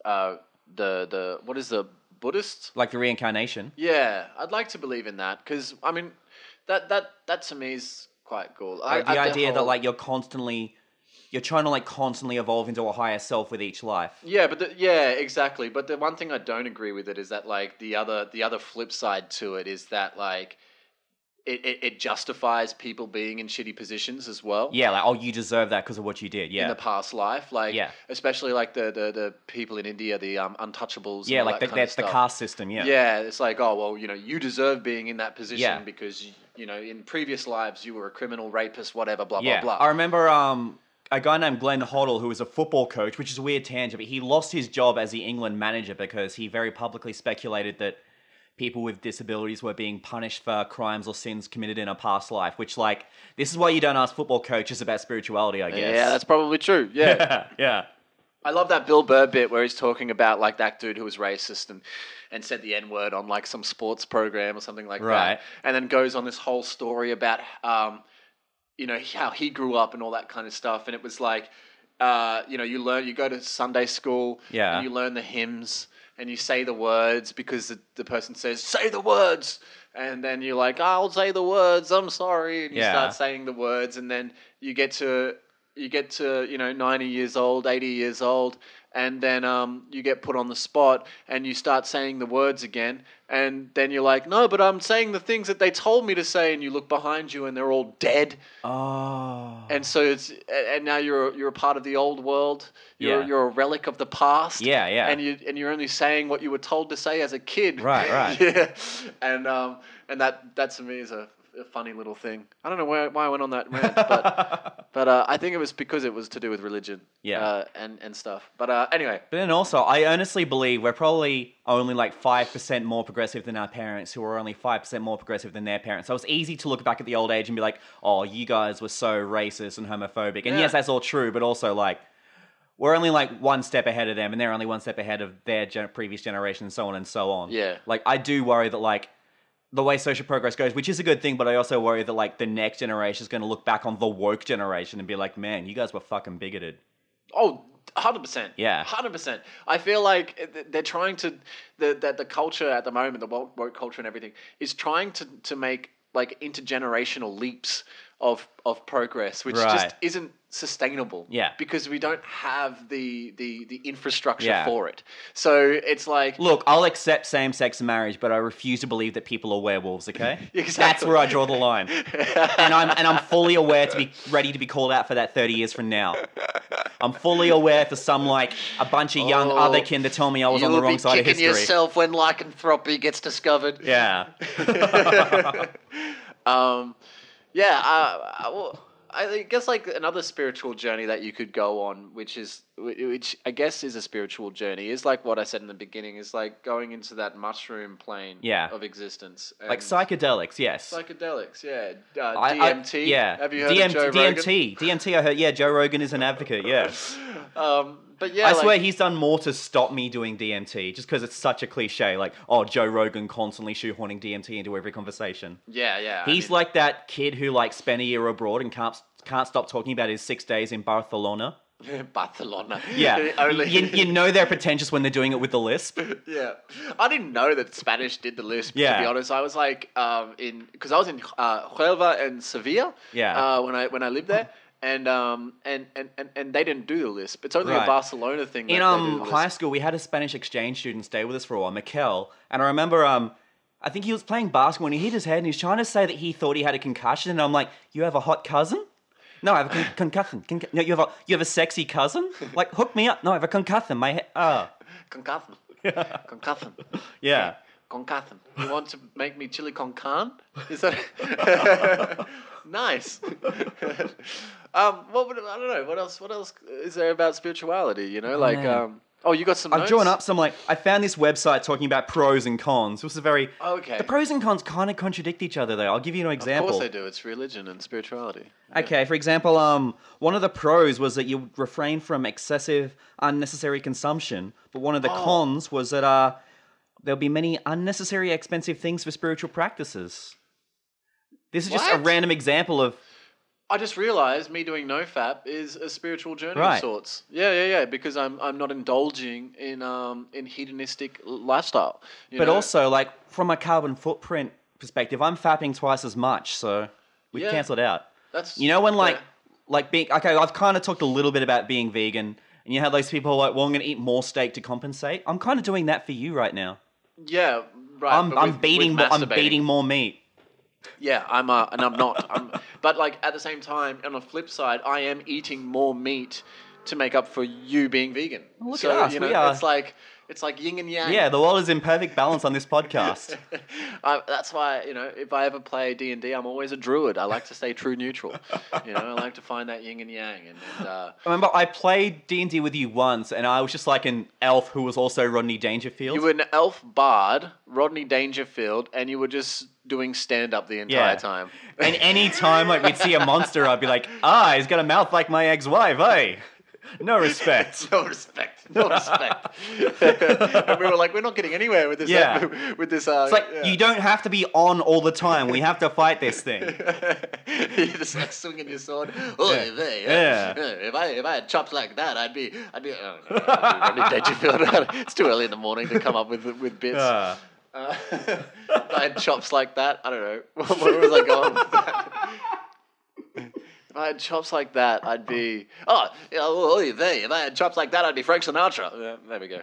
Speaker 2: uh, the the what is the Buddhist?
Speaker 1: Like the reincarnation.
Speaker 2: Yeah, I'd like to believe in that because I mean, that that that to me is quite cool. I,
Speaker 1: Like,
Speaker 2: I- oh.
Speaker 1: the idea that
Speaker 2: whole-
Speaker 1: like you're constantly you're trying to like constantly evolve into a higher self with each life.
Speaker 2: Yeah, but the, yeah, exactly. But the one thing I don't agree with it is that like the other the other flip side to it is that like it, it, it justifies people being in shitty positions as well.
Speaker 1: Yeah, like oh you deserve that because of what you did.
Speaker 2: In
Speaker 1: Yeah.
Speaker 2: the past life, like
Speaker 1: Yeah.
Speaker 2: especially like the, the, the people in India, the um, untouchables. and
Speaker 1: yeah,
Speaker 2: all
Speaker 1: like
Speaker 2: that
Speaker 1: the,
Speaker 2: kind of
Speaker 1: that's the
Speaker 2: stuff.
Speaker 1: caste system, yeah.
Speaker 2: Yeah, it's like, oh well, you know, you deserve being in that position
Speaker 1: Yeah.
Speaker 2: because you- you know, in previous lives you were a criminal, rapist, whatever, blah
Speaker 1: Yeah.
Speaker 2: blah
Speaker 1: I
Speaker 2: blah.
Speaker 1: remember um a guy named Glenn Hoddle, who was a football coach, which is a weird tangent, but he lost his job as the England manager because he very publicly speculated that people with disabilities were being punished for crimes or sins committed in a past life, which like this is why you don't ask football coaches about spirituality, I guess.
Speaker 2: Yeah, that's probably true. Yeah.
Speaker 1: yeah.
Speaker 2: I love that Bill Burr bit where he's talking about like that dude who was racist and, and said the N word on like some sports program or something like
Speaker 1: Right.
Speaker 2: that. And then goes on this whole story about, um, you know, how he grew up and all that kind of stuff. And it was like, uh, you know, you learn, you go to Sunday school,
Speaker 1: Yeah.
Speaker 2: and you learn the hymns and you say the words because the, the person says, say the words. And then you're like, I'll say the words, I'm sorry. And you
Speaker 1: Yeah.
Speaker 2: start saying the words and then you get to you get to you know 90 years old 80 years old and then um, you get put on the spot and you start saying the words again and then you're like no but i'm saying the things that they told me to say and you look behind you and they're all dead
Speaker 1: Oh.
Speaker 2: and so it's a- and now you're you're a part of the old world you're,
Speaker 1: Yeah.
Speaker 2: you're a relic of the past
Speaker 1: Yeah, yeah.
Speaker 2: and you and you're only saying what you were told to say as a kid
Speaker 1: Right, right.
Speaker 2: yeah and um and that that to me is a, a funny little thing i don't know where, why i went on that rant but but uh, I think it was because it was to do with religion.
Speaker 1: Yeah.
Speaker 2: Uh, and and stuff. But uh, anyway,
Speaker 1: But then also, I honestly believe we're probably only like 5% more progressive than our parents, who were only 5% more progressive than their parents. So it's easy to look back at the old age and be like, oh, you guys were so racist and homophobic. And
Speaker 2: Yeah.
Speaker 1: yes, that's all true, but also, like, we're only like one step ahead of them, and they're only one step ahead of their gen- previous generation, and so on and so on.
Speaker 2: Yeah.
Speaker 1: Like, I do worry that, like, the way social progress goes, which is a good thing, but I also worry that, like, the next generation is going to look back on the woke generation and be like, man, you guys were fucking bigoted.
Speaker 2: oh. 100%.
Speaker 1: Yeah.
Speaker 2: 100%. I feel like th- they're trying to, the, that the culture at the moment, the woke, woke culture and everything, is trying to, to make like intergenerational leaps of, of progress, which
Speaker 1: Right.
Speaker 2: just isn't sustainable.
Speaker 1: Yeah.
Speaker 2: Because we don't have the, the, the infrastructure
Speaker 1: Yeah.
Speaker 2: for it. So it's like,
Speaker 1: Look, I'll accept same sex marriage, but I refuse to believe that people are werewolves, okay? That's
Speaker 2: Exactly.
Speaker 1: where I draw the line. and I'm and I'm fully aware to be ready to be called out for that 30 years from now. I'm fully aware for some like a bunch of young
Speaker 2: Oh,
Speaker 1: other kin to tell me I was on the
Speaker 2: you'll
Speaker 1: wrong
Speaker 2: be
Speaker 1: side of
Speaker 2: kicking
Speaker 1: history.
Speaker 2: yourself when lycanthropy gets discovered.
Speaker 1: Yeah.
Speaker 2: um, yeah, I, I, well, I guess like another spiritual journey that you could go on, which is whi- which I guess is a spiritual journey, is like what I said in the beginning, is like going into that mushroom plane
Speaker 1: Yeah.
Speaker 2: of existence, and
Speaker 1: Like psychedelics, yes.
Speaker 2: psychedelics, yeah, uh,
Speaker 1: I- I-
Speaker 2: DMT,
Speaker 1: yeah.
Speaker 2: Have you heard
Speaker 1: DMT,
Speaker 2: of Joe Rogan?
Speaker 1: DMT, DMT, I heard. Yeah, Joe Rogan is an advocate. Yeah,
Speaker 2: Um, but yeah,
Speaker 1: I
Speaker 2: like-
Speaker 1: swear he's done more to stop me doing DMT, just because it's such a cliche. Like, oh, Joe Rogan constantly shoehorning DMT into every conversation.
Speaker 2: yeah, yeah, I
Speaker 1: He's
Speaker 2: mean-
Speaker 1: like that kid who like spent a year abroad and can't can't stop talking about his six days in Barcelona.
Speaker 2: Barcelona.
Speaker 1: Yeah,
Speaker 2: only
Speaker 1: you, you know they're pretentious when they're doing it with the lisp.
Speaker 2: Yeah, I didn't know that Spanish did the lisp. to
Speaker 1: Yeah.
Speaker 2: be honest, I was like um, in because I was in uh, Huelva and Sevilla.
Speaker 1: Yeah.
Speaker 2: Uh, when I when I lived there, and um and and and, and they didn't do the lisp. It's only a
Speaker 1: Right.
Speaker 2: Barcelona thing.
Speaker 1: In
Speaker 2: that they do
Speaker 1: um
Speaker 2: the
Speaker 1: high
Speaker 2: lisp.
Speaker 1: school, we had a Spanish exchange student stay with us for a while, Mikel, and I remember um. I think he was playing basketball and he hit his head and he's trying to say that he thought he had a concussion and I'm like, you have a hot cousin? No, I have a con- concussion. Concu- no, you have a you have a sexy cousin? Like hook me up. No, I have a concussion. My head. Ah,
Speaker 2: concussion, concussion,
Speaker 1: yeah.
Speaker 2: concussion. You want to make me chili con carne? Is that nice? um, what would, I don't know. What else? What else is there about spirituality? You know, like
Speaker 1: man.
Speaker 2: um. Oh, you got some.
Speaker 1: I've
Speaker 2: notes?
Speaker 1: drawn up some like I found this website talking about pros and cons. This is very
Speaker 2: Okay.
Speaker 1: The pros and cons kind of contradict each other, though. I'll give you an
Speaker 2: Of
Speaker 1: example.
Speaker 2: course they do. It's religion and spirituality.
Speaker 1: Okay, for example, um, one of the pros was that you
Speaker 2: Oh.
Speaker 1: refrain from excessive, unnecessary consumption, but one of the cons was that uh, there'll be many unnecessary expensive things for spiritual practices. This is just a
Speaker 2: What?
Speaker 1: random example of
Speaker 2: I just realized me doing nofap is a spiritual journey
Speaker 1: Right.
Speaker 2: of sorts. Yeah, yeah, yeah. Because I'm I'm not indulging in um in hedonistic lifestyle. you
Speaker 1: but
Speaker 2: know?
Speaker 1: also like from a carbon footprint perspective, I'm fapping twice as much, so we've
Speaker 2: Yeah.
Speaker 1: cancelled out.
Speaker 2: that's
Speaker 1: You know when like
Speaker 2: yeah.
Speaker 1: like being okay, I've kind of talked a little bit about being vegan, and you had those people who are like, well, I'm going to eat more steak to compensate. I'm kind of doing that for you right now.
Speaker 2: yeah right.
Speaker 1: I'm
Speaker 2: but
Speaker 1: I'm
Speaker 2: with-
Speaker 1: beating
Speaker 2: with
Speaker 1: more, I'm
Speaker 2: masturbating.
Speaker 1: beating more meat.
Speaker 2: Yeah, I'm uh, and I'm not. I'm, but like at the same time, on the flip side, I am eating more meat to make up for you being vegan.
Speaker 1: look
Speaker 2: so
Speaker 1: at us,
Speaker 2: you know,
Speaker 1: we are-
Speaker 2: it's like it's like yin and yang.
Speaker 1: Yeah, the world is in perfect balance on this podcast.
Speaker 2: I, that's why you know if I ever play D and I'm always a druid. I like to stay true neutral. You know, I like to find that yin and yang. And, and uh,
Speaker 1: I remember I played D and D with you once, and I was just like an elf who was also Rodney Dangerfield.
Speaker 2: you were an elf bard, Rodney Dangerfield, and you were just doing stand up the entire
Speaker 1: Yeah.
Speaker 2: time.
Speaker 1: and any time like we'd see a monster, I'd be like, "Ah, he's got a mouth like my ex-wife, eh? No respect."
Speaker 2: No respect. No respect. and we were like, we're not getting anywhere with this. uh,
Speaker 1: Yeah.
Speaker 2: with this. Uh,
Speaker 1: It's like
Speaker 2: yeah.
Speaker 1: you don't have to be on all the time. We have to fight this thing.
Speaker 2: You're just like swinging your sword. Oh,
Speaker 1: Yeah.
Speaker 2: if, I-
Speaker 1: Yeah.
Speaker 2: if I if I had chops like that, I'd be I'd be. Oh, no, I'd be Rodney Dangerfield. it's too early in the morning to come up with with bits.
Speaker 1: Uh,
Speaker 2: Uh, if I had chops like that, I don't know. Where was I going with that? If I had chops like that, I'd be oh, yeah, oh, oh, they. If I had chops like that, I'd be Frank Sinatra. Yeah, there we go.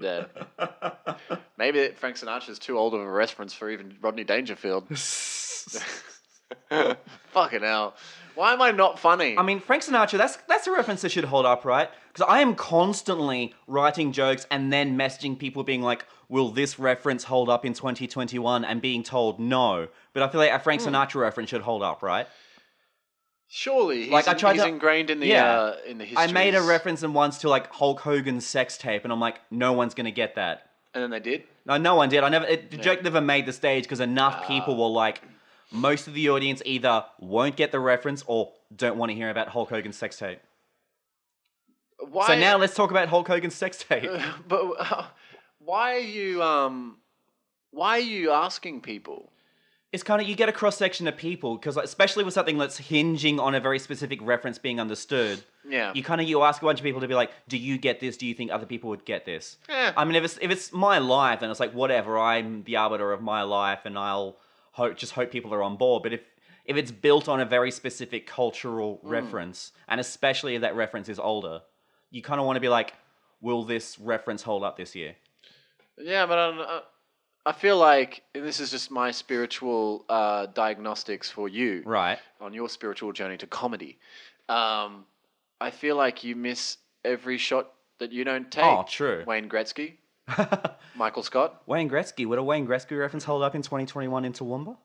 Speaker 2: yeah. Maybe Frank Sinatra's too old of a reference for even Rodney Dangerfield. Fucking hell. Why am I not funny?
Speaker 1: I mean, Frank Sinatra. That's that's a reference that should hold up, right? Because I am constantly writing jokes and then messaging people, being like, "Will this reference hold up in 2021?" and being told no. But I feel like a Frank Sinatra reference should hold up, right?
Speaker 2: surely he's,
Speaker 1: like, I
Speaker 2: in-
Speaker 1: tried
Speaker 2: he's
Speaker 1: to-
Speaker 2: ingrained in the
Speaker 1: Yeah.
Speaker 2: uh, in the history.
Speaker 1: I made a reference in once to like Hulk Hogan's sex tape, and I'm like, no one's gonna get that.
Speaker 2: and then they did.
Speaker 1: No, no one did. I never. It, the joke never made the stage because enough people were like, most of the audience either won't get the reference or don't want to hear about Hulk Hogan's sex tape.
Speaker 2: Why?
Speaker 1: So now let's talk about Hulk Hogan's sex tape.
Speaker 2: but uh, why are you um why are you asking people
Speaker 1: it's kind of you get a cross section of people because especially with something that's hinging on a very specific reference being understood.
Speaker 2: Yeah.
Speaker 1: You kind of you ask a bunch of people to be like, do you get this? Do you think other people would get this?
Speaker 2: Eh.
Speaker 1: I mean, if it's if it's my life, then it's like whatever. I'm the arbiter of my life, and I'll hope just hope people are on board. But if if it's built on a very specific cultural reference, and especially if that reference is older, you kind of want to be like, will this reference hold up this year?
Speaker 2: yeah but I, don't know. I feel like and this is just my spiritual uh diagnostics for you
Speaker 1: Right.
Speaker 2: on your spiritual journey to comedy um i feel like you miss every shot that you don't take
Speaker 1: Oh, true.
Speaker 2: wayne gretzky michael scott
Speaker 1: Wayne Gretzky. Would a Wayne Gretzky reference hold up in 2021 in Toowoomba?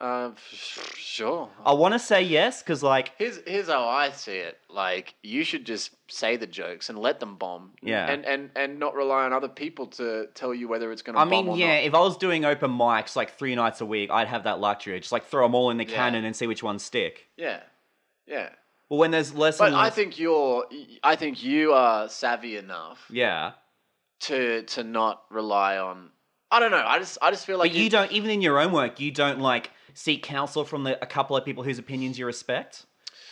Speaker 2: uh f- sure
Speaker 1: I want to say yes, because like,
Speaker 2: Here's here's how I see it. Like you should just say the jokes and let them bomb.
Speaker 1: Yeah.
Speaker 2: And and and not rely on other people to tell you whether it's going to.
Speaker 1: I
Speaker 2: bomb
Speaker 1: mean,
Speaker 2: or
Speaker 1: yeah,
Speaker 2: Not.
Speaker 1: if I was doing open mics like three nights a week, I'd have that luxury. Just like throw them all in the
Speaker 2: Yeah.
Speaker 1: cannon and see which ones stick.
Speaker 2: Yeah. Yeah.
Speaker 1: But when there's less
Speaker 2: But
Speaker 1: and
Speaker 2: I
Speaker 1: less,
Speaker 2: think you're. I think you are savvy enough
Speaker 1: yeah.
Speaker 2: to to not rely on. I don't know. I just I just feel like
Speaker 1: But you don't, even in your own work, you don't like seek counsel from the, a couple of people whose opinions you respect.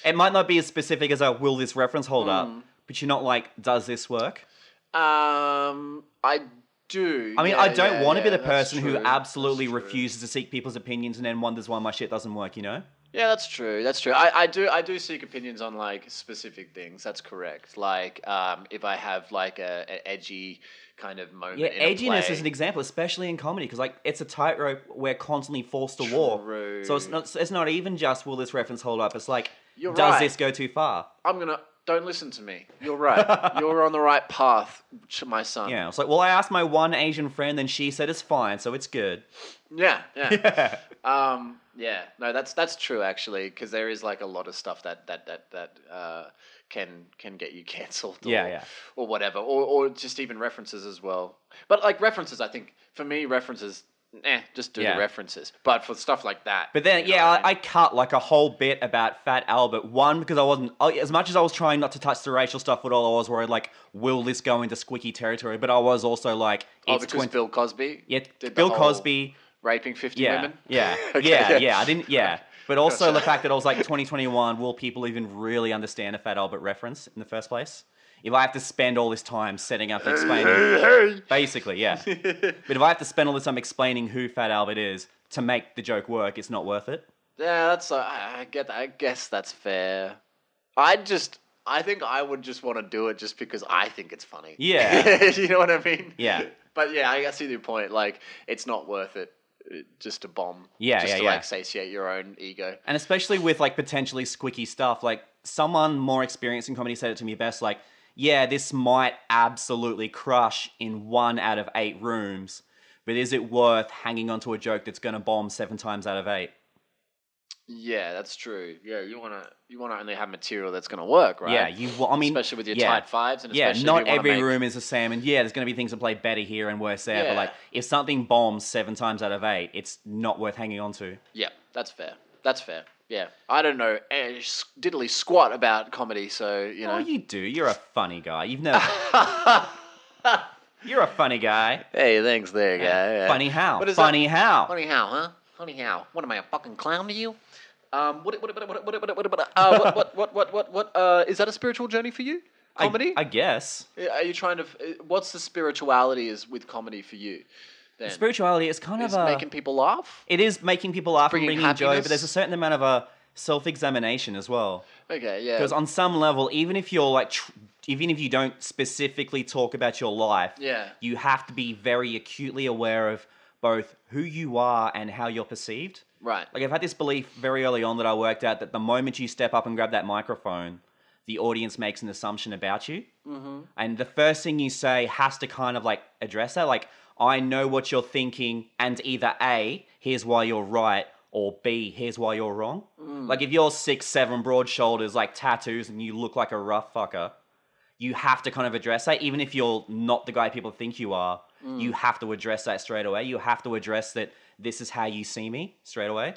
Speaker 1: It might not be as specific as a will this reference hold
Speaker 2: Hmm.
Speaker 1: up, but you're not like, does this work?
Speaker 2: Um. I do.
Speaker 1: I mean,
Speaker 2: Yeah,
Speaker 1: I don't
Speaker 2: yeah,
Speaker 1: want to be
Speaker 2: yeah,
Speaker 1: the
Speaker 2: that's
Speaker 1: person who
Speaker 2: true,
Speaker 1: absolutely
Speaker 2: that's true.
Speaker 1: refuses to seek people's opinions and then wonders why my shit doesn't work, you know?
Speaker 2: Yeah, that's true. That's true. I, I do I do seek opinions on like specific things. That's correct. Like um, if I have like a, a edgy kind of moment.
Speaker 1: Yeah,
Speaker 2: in a
Speaker 1: edginess
Speaker 2: play.
Speaker 1: is an example, especially in comedy, because like it's a tightrope we're constantly forced to walk. So it's
Speaker 2: True.
Speaker 1: not it's not even just will this reference hold up. It's like
Speaker 2: You're
Speaker 1: does
Speaker 2: right.
Speaker 1: this go too far?
Speaker 2: I'm gonna don't listen to me. You're right. You're on the right path, ch- my son.
Speaker 1: Yeah, it's like well, I asked my one Asian friend, and she said it's fine, so it's good.
Speaker 2: Yeah. Yeah. Um, yeah. No, that's that's true actually, because there is like a lot of stuff that that that that uh, can can get you cancelled. Or,
Speaker 1: Yeah, yeah.
Speaker 2: Or whatever, or or just even references as well. But like references, I think for me, references eh, just do
Speaker 1: Yeah.
Speaker 2: the references. But for stuff like that,
Speaker 1: But then,
Speaker 2: you know
Speaker 1: yeah,
Speaker 2: what
Speaker 1: I, I cut like a whole bit about Fat Albert. One, because I wasn't, I- as much as I was trying not to touch the racial stuff at all, I was worried, like, will this go into squeaky territory? But I was also like,
Speaker 2: oh,
Speaker 1: it's
Speaker 2: because
Speaker 1: going to.
Speaker 2: Bill Cosby,
Speaker 1: Yeah,
Speaker 2: did the
Speaker 1: Bill
Speaker 2: whole
Speaker 1: Cosby.
Speaker 2: raping fifty
Speaker 1: Yeah,
Speaker 2: women.
Speaker 1: yeah,
Speaker 2: Okay,
Speaker 1: yeah,
Speaker 2: yeah.
Speaker 1: yeah, I didn't. Yeah, but also
Speaker 2: Gotcha.
Speaker 1: the fact that I was like 2021. Will people even really understand a Fat Albert reference in the first place? If I have to spend all this time setting up and explaining, basically, yeah. but if I have to spend all this time explaining who Fat Albert is to make the joke work, it's not worth it.
Speaker 2: Yeah, that's uh, I I get. I guess that's fair. I just, I think I would just want to do it just because I think it's funny.
Speaker 1: Yeah.
Speaker 2: you know what I mean.
Speaker 1: Yeah.
Speaker 2: But yeah, I I see your point. Like, it's not worth it uh, just to bomb.
Speaker 1: Yeah,
Speaker 2: just
Speaker 1: yeah,
Speaker 2: to
Speaker 1: yeah.
Speaker 2: like satiate your own ego.
Speaker 1: And especially with like potentially squicky stuff, like someone more experienced in comedy said it to me best, like, yeah, this might absolutely crush in one out of eight rooms, but is it worth hanging onto a joke that's gonna bomb seven times out of eight?
Speaker 2: Yeah, that's true. Yeah, you wanna you wanna only have material that's gonna work, right?
Speaker 1: Yeah, you. wa- I mean,
Speaker 2: especially with your
Speaker 1: yeah.
Speaker 2: tight fives and
Speaker 1: Yeah,
Speaker 2: especially if
Speaker 1: not
Speaker 2: you wanna
Speaker 1: every
Speaker 2: make-
Speaker 1: room is the same, and yeah, there's going to be things that play better here and worse there. But
Speaker 2: Yeah.
Speaker 1: like, if something bombs seven times out of eight, it's not worth hanging on to.
Speaker 2: Yeah, that's fair. That's fair. Yeah, I don't know eh, s- diddly squat about comedy, so you know.
Speaker 1: Oh, you do. You're a funny guy. You've never. You're a funny guy.
Speaker 2: Hey, thanks there, guy. Yeah.
Speaker 1: Funny how?
Speaker 2: What is
Speaker 1: funny
Speaker 2: that?
Speaker 1: how?
Speaker 2: Funny how, huh? Funny how? What am I a fucking clown to you? Um, what what what what what what what what uh, what what what what what what uh is that a spiritual journey for you?
Speaker 1: I-
Speaker 2: Comedy?
Speaker 1: I, guess.
Speaker 2: Are you trying to? f- eh, What's the spirituality is with comedy for you? Then
Speaker 1: Spirituality is kind
Speaker 2: is
Speaker 1: of a.
Speaker 2: making people laugh.
Speaker 1: It is making people laugh
Speaker 2: Bringing
Speaker 1: and bringing joy,
Speaker 2: happiness?
Speaker 1: but there's a certain amount of a self-examination as well.
Speaker 2: Okay, yeah.
Speaker 1: Because on some level, even if you're like, tr- even if you don't specifically talk about your life,
Speaker 2: Yeah.
Speaker 1: you have to be very acutely aware of both who you are and how you're perceived.
Speaker 2: right.
Speaker 1: Like I've had this belief very early on that I worked out that the moment you step up and grab that microphone, the audience makes an assumption about you, mm-hmm. and the first thing you say has to kind of like address that. Like I know what you're thinking, and either a here's why you're right, or b here's why you're wrong. Like if you're six seven, broad shoulders, like tattoos, and you look like a rough fucker, you have to kind of address that, even if you're not the guy people think you are. You have to address that straight away. You have to address that this is how you see me straight away.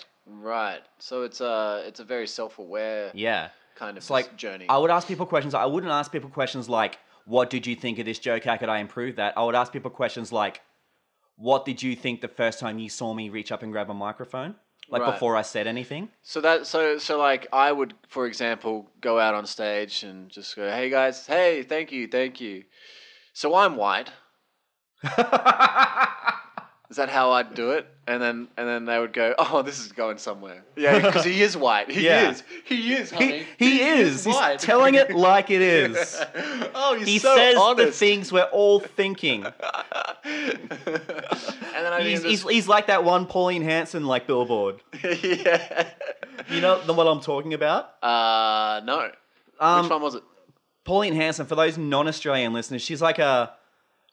Speaker 2: Right. So it's a it's a very self-aware
Speaker 1: Yeah.
Speaker 2: kind of
Speaker 1: It's like
Speaker 2: journey.
Speaker 1: I would ask people questions. I wouldn't ask people questions like, "What did you think of this joke? How could I improve that?" I would ask people questions like, "What did you think the first time you saw me reach up and grab a microphone?" Like
Speaker 2: Right.
Speaker 1: before I said anything.
Speaker 2: So that so so like I would, for example, go out on stage and just go, "Hey guys, hey, thank you, thank you." So I'm white. Is that how I'd do it? And then and then they would go, "Oh, this is going somewhere." Yeah, because he is white. He
Speaker 1: Yeah.
Speaker 2: is. He is.
Speaker 1: He,
Speaker 2: Honey.
Speaker 1: he is. He's
Speaker 2: white.
Speaker 1: telling it like it is.
Speaker 2: oh, he's
Speaker 1: He
Speaker 2: so
Speaker 1: says the
Speaker 2: honest.
Speaker 1: things we're all thinking.
Speaker 2: and then I
Speaker 1: He's,
Speaker 2: mean,
Speaker 1: he's, he's like that one Pauline Hanson like billboard.
Speaker 2: yeah.
Speaker 1: You know the what I'm talking about?
Speaker 2: Uh, no.
Speaker 1: Um,
Speaker 2: Which one was it?
Speaker 1: Pauline Hanson, for those non-Australian listeners, she's like a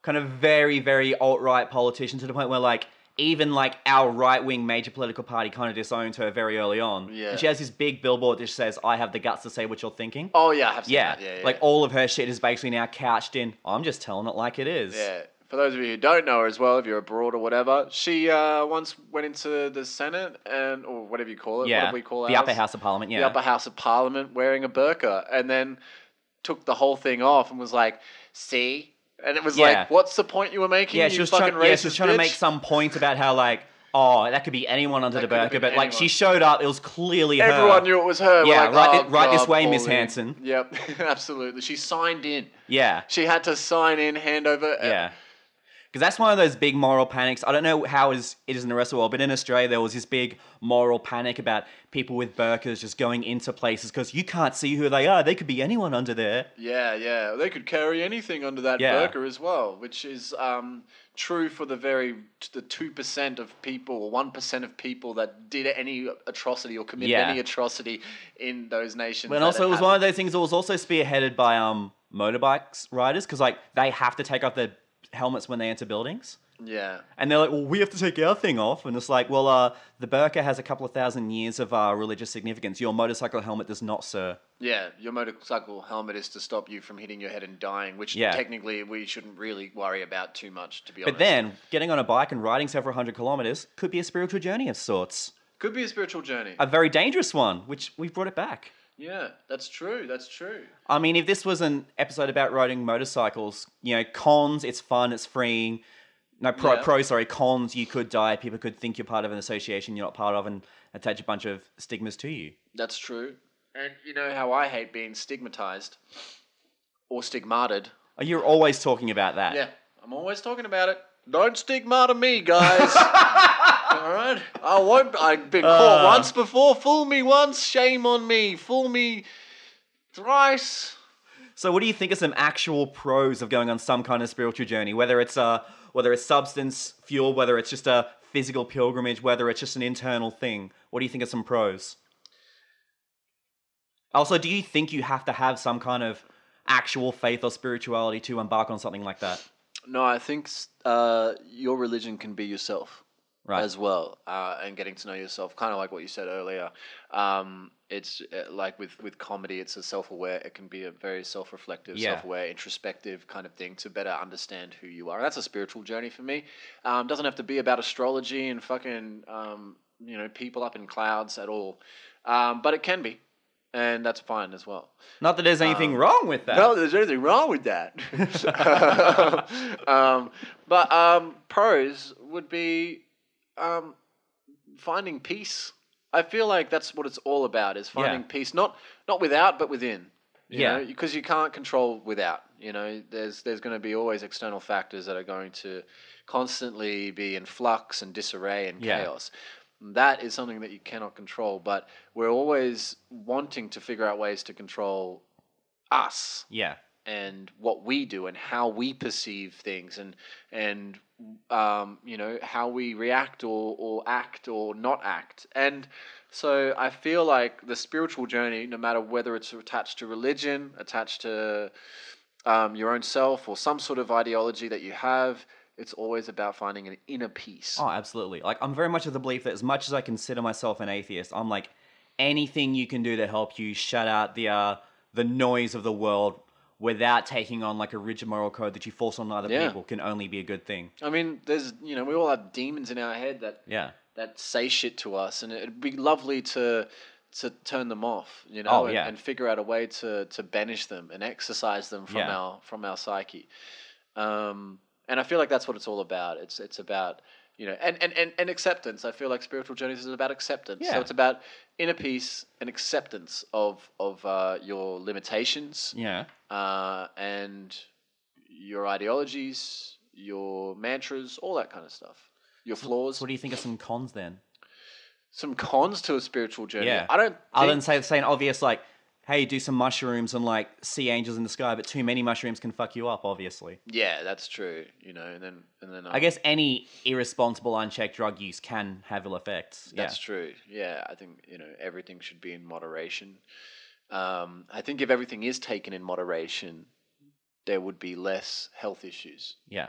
Speaker 1: kind of very, very alt-right politician to the point where like even like our right-wing major political party kind of disowned her very early on.
Speaker 2: Yeah.
Speaker 1: And she has this big billboard that says, "I have the guts to say what you're thinking."
Speaker 2: Oh yeah, I have seen
Speaker 1: yeah.
Speaker 2: that. Yeah, yeah,
Speaker 1: Like
Speaker 2: yeah.
Speaker 1: all of her shit is basically now couched in, "I'm just telling it like it is."
Speaker 2: Yeah. For those of you who don't know her as well, if you're abroad or whatever, she uh, once went into the Senate and or whatever you call it.
Speaker 1: Yeah.
Speaker 2: What do we call it?
Speaker 1: the upper house of parliament. Yeah.
Speaker 2: The upper house of parliament wearing a burqa and then took the whole thing off and was like, see? And it was
Speaker 1: Yeah.
Speaker 2: like, what's the point you were making?
Speaker 1: yeah,
Speaker 2: you
Speaker 1: she was
Speaker 2: fucking
Speaker 1: trying. Yeah,
Speaker 2: racist
Speaker 1: she was trying to make
Speaker 2: bitch?"
Speaker 1: some point about how like, oh, that could be anyone under the
Speaker 2: That could have
Speaker 1: burqa,
Speaker 2: been
Speaker 1: but like she
Speaker 2: anyone.
Speaker 1: showed up, it was clearly her.
Speaker 2: Everyone knew it was her. We're
Speaker 1: Yeah,
Speaker 2: like,
Speaker 1: right
Speaker 2: "Oh,
Speaker 1: thi- right this
Speaker 2: God,
Speaker 1: way, Miss
Speaker 2: Pauline."
Speaker 1: Hanson.
Speaker 2: Yep, absolutely. She signed in.
Speaker 1: Yeah.
Speaker 2: She had to sign in, hand over. uh,
Speaker 1: Yeah. Because that's one of those big moral panics. I don't know how it is, it is in the rest of the world, but in Australia, there was this big moral panic about people with burqas just going into places because you can't see who they are. They could be anyone under there.
Speaker 2: Yeah, yeah. They could carry anything under that
Speaker 1: Yeah.
Speaker 2: burqa as well, which is um, true for the very the two percent of people or one percent of people that did any atrocity or committed
Speaker 1: Yeah.
Speaker 2: any atrocity in those nations.
Speaker 1: But
Speaker 2: that
Speaker 1: also, it was
Speaker 2: happened.
Speaker 1: one of those things that was also spearheaded by um motorbikes riders because like they have to take off their helmets when they enter buildings.
Speaker 2: Yeah.
Speaker 1: And they're like, well, we have to take our thing off. And it's like, well, uh, the burqa has a couple of thousand years of uh, religious significance. Your motorcycle helmet does not, sir.
Speaker 2: Yeah, your motorcycle helmet is to stop you from hitting your head and dying, which
Speaker 1: Yeah.
Speaker 2: technically we shouldn't really worry about too much, to be
Speaker 1: But
Speaker 2: honest.
Speaker 1: then, getting on a bike and riding several hundred kilometers could be a spiritual journey of sorts.
Speaker 2: could be a spiritual journey.
Speaker 1: A very dangerous one, which we've brought it back.
Speaker 2: yeah, that's true. That's true.
Speaker 1: I mean, if this was an episode about riding motorcycles, you know, cons, it's fun, it's freeing. No, pro,
Speaker 2: Yeah.
Speaker 1: pro sorry, cons, you could die. People could think you're part of an association you're not part of and attach a bunch of stigmas to you.
Speaker 2: That's true. And you know how I hate being stigmatized or stigmated.
Speaker 1: Oh, You're always talking about that.
Speaker 2: Yeah, I'm always talking about it. Don't stigmata me, guys. All right, I won't. I've been caught
Speaker 1: Uh.
Speaker 2: once before. Fool me once, shame on me. Fool me thrice.
Speaker 1: So, what do you think are some actual pros of going on some kind of spiritual journey? Whether it's uh, whether it's substance, fuel, whether it's just a physical pilgrimage, whether it's just an internal thing. What do you think are some pros? Also, do you think you have to have some kind of actual faith or spirituality to embark on something like that?
Speaker 2: No, I think uh, your religion can be yourself.
Speaker 1: Right.
Speaker 2: as well uh, and getting to know yourself kind of like what you said earlier um, it's uh, like with, with comedy it's a self-aware it can be a very self-reflective
Speaker 1: Yeah.
Speaker 2: self-aware introspective kind of thing to better understand who you are and that's a spiritual journey for me um, doesn't have to be about astrology and fucking um, you know people up in clouds at all um, but it can be and that's fine as well
Speaker 1: Not that there's anything wrong with that.
Speaker 2: no, there's anything wrong with that. um, but um, pros would be um, finding peace. I feel like that's what it's all about: is finding
Speaker 1: Yeah.
Speaker 2: peace, not not without, but within. You
Speaker 1: Yeah.
Speaker 2: because you can't control without. You know, there's there's going to be always external factors that are going to constantly be in flux and disarray and
Speaker 1: Yeah.
Speaker 2: chaos. That is something that you cannot control, but we're always wanting to figure out ways to control us
Speaker 1: yeah.
Speaker 2: and what we do and how we perceive things and and um, you know how we react or or act or not act and so I feel like the spiritual journey, no matter whether it's attached to religion, attached to um, your own self, or some sort of ideology that you have, it's always about finding an inner peace.
Speaker 1: Oh, absolutely. Like, I'm very much of the belief that as much as I consider myself an atheist, I'm like, anything you can do to help you shut out the uh, the noise of the world without taking on like a rigid moral code that you force on other
Speaker 2: Yeah.
Speaker 1: people can only be a good thing.
Speaker 2: I mean, there's you know we all have demons in our head that
Speaker 1: Yeah.
Speaker 2: that say shit to us, and it'd be lovely to to turn them off, you know,
Speaker 1: Oh,
Speaker 2: and,
Speaker 1: yeah.
Speaker 2: and figure out a way to to banish them and exercise them from
Speaker 1: Yeah.
Speaker 2: our from our psyche. Um, and I feel like that's what it's all about. It's it's about you know, and, and, and, and acceptance. I feel like spiritual journeys is about acceptance.
Speaker 1: Yeah.
Speaker 2: So it's about inner peace and acceptance of of uh, your limitations
Speaker 1: Yeah.
Speaker 2: uh, and your ideologies, your mantras, all that kind of stuff. Your flaws
Speaker 1: So what do you think are some cons then?
Speaker 2: some cons to a spiritual journey.
Speaker 1: Yeah.
Speaker 2: I don't.
Speaker 1: Other than
Speaker 2: think-
Speaker 1: say saying obvious like, hey, do some mushrooms and like see angels in the sky, but too many mushrooms can fuck you up, obviously.
Speaker 2: yeah, that's true. You know, and then and then
Speaker 1: I guess any irresponsible, unchecked drug use can have ill effects.
Speaker 2: that's
Speaker 1: yeah.
Speaker 2: true. Yeah, I think you know everything should be in moderation. Um, I think if everything is taken in moderation, there would be less health issues.
Speaker 1: Yeah.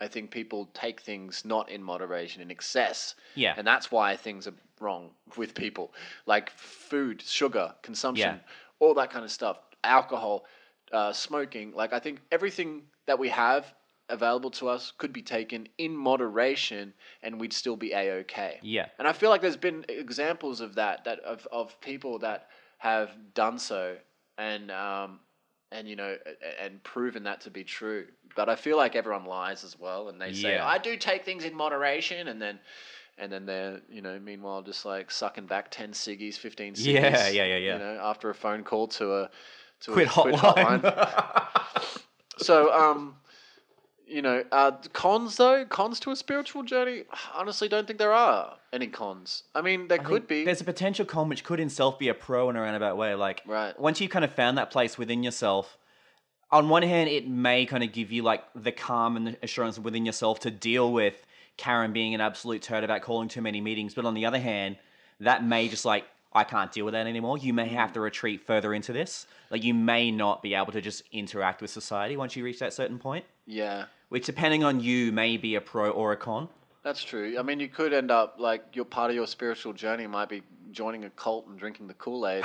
Speaker 2: I think people take things not in moderation in excess.
Speaker 1: Yeah.
Speaker 2: And that's why things are wrong with people. Like food, sugar, consumption, all that kind of stuff, alcohol, uh, smoking. Like, I think everything that we have available to us could be taken in moderation and we'd still be A OK.
Speaker 1: Yeah.
Speaker 2: And I feel like there's been examples of that, that of, of people that have done so and um, and you know a- and proven that to be true. But I feel like everyone lies as well, and they say
Speaker 1: Yeah.
Speaker 2: I do take things in moderation, and then and then they're you know meanwhile just like sucking back ten ciggies, fifteen ciggies,
Speaker 1: Yeah, yeah, yeah, yeah.
Speaker 2: you know after a phone call to a to
Speaker 1: Quit
Speaker 2: a
Speaker 1: hotline.
Speaker 2: so um. You know, uh, cons though cons to a spiritual journey. I Honestly, don't think there are any cons. I mean, there
Speaker 1: I think
Speaker 2: could be.
Speaker 1: There's a potential con which could in itself be a pro in a roundabout way. Like,
Speaker 2: Right.
Speaker 1: once you've kind of found that place within yourself, on one hand, it may kind of give you like the calm and the assurance within yourself to deal with Karen being an absolute turd about calling too many meetings. But on the other hand, that may just like I can't deal with that anymore. You may
Speaker 2: Mm.
Speaker 1: have to retreat further into this. Like you may not be able to just interact with society once you reach that certain point,
Speaker 2: Yeah.
Speaker 1: which depending on you may be a pro or a con.
Speaker 2: That's true. I mean, you could end up like your part of your spiritual journey might be joining a cult and drinking the Kool Aid.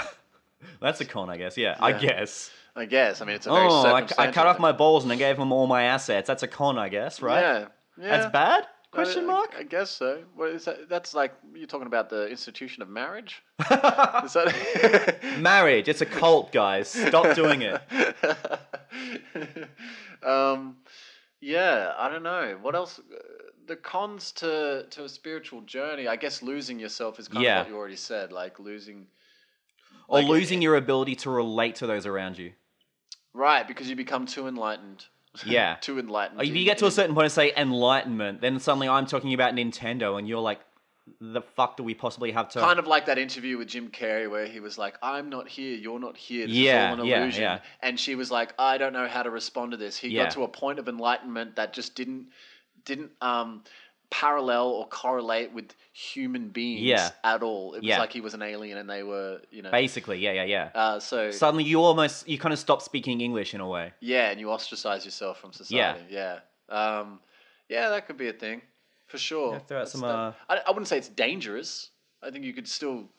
Speaker 1: That's a con, I guess. Yeah, I guess.
Speaker 2: I guess. I mean, it's a very
Speaker 1: Oh, I, I
Speaker 2: circumstantial
Speaker 1: cut off
Speaker 2: thing.
Speaker 1: my balls and I gave them all my assets. That's a con, I guess, right?
Speaker 2: Yeah. yeah.
Speaker 1: That's bad?
Speaker 2: I-
Speaker 1: Question
Speaker 2: I-
Speaker 1: mark?
Speaker 2: I, guess so. What is that? That's like you're talking about the institution of marriage. is that?
Speaker 1: Marriage. It's a cult, guys. Stop doing it.
Speaker 2: um, yeah, I don't know. What else? uh, The cons to to a spiritual journey, I guess, losing yourself is kind
Speaker 1: Yeah.
Speaker 2: of what you already said, like losing.
Speaker 1: Or
Speaker 2: Like,
Speaker 1: losing your ability to relate to those around you.
Speaker 2: Right, because you become too enlightened.
Speaker 1: Yeah.
Speaker 2: too enlightened.
Speaker 1: Like, Oh, If
Speaker 2: in-
Speaker 1: you get to a
Speaker 2: in-
Speaker 1: certain point, say enlightenment, then suddenly I'm talking about Nintendo and you're like, the fuck do we possibly have to.
Speaker 2: Kind of like that interview with Jim Carrey where he was like, I'm not here, you're not here, this
Speaker 1: Yeah,
Speaker 2: is all an
Speaker 1: yeah,
Speaker 2: illusion.
Speaker 1: yeah.
Speaker 2: And she was like, I don't know how to respond to this. He
Speaker 1: Yeah.
Speaker 2: got to a point of enlightenment that just didn't didn't um parallel or correlate with human beings
Speaker 1: Yeah.
Speaker 2: at all. It was
Speaker 1: Yeah.
Speaker 2: like he was an alien and they were, you know
Speaker 1: Basically, yeah, yeah, yeah.
Speaker 2: uh so
Speaker 1: suddenly you almost, you kind of stop speaking English in a way.
Speaker 2: yeah, and you ostracize yourself from society. Yeah. Um yeah, that could be a thing. For sure.
Speaker 1: Yeah, throw out
Speaker 2: That's
Speaker 1: some,
Speaker 2: the-
Speaker 1: uh,
Speaker 2: I, I wouldn't say it's dangerous. I think you could still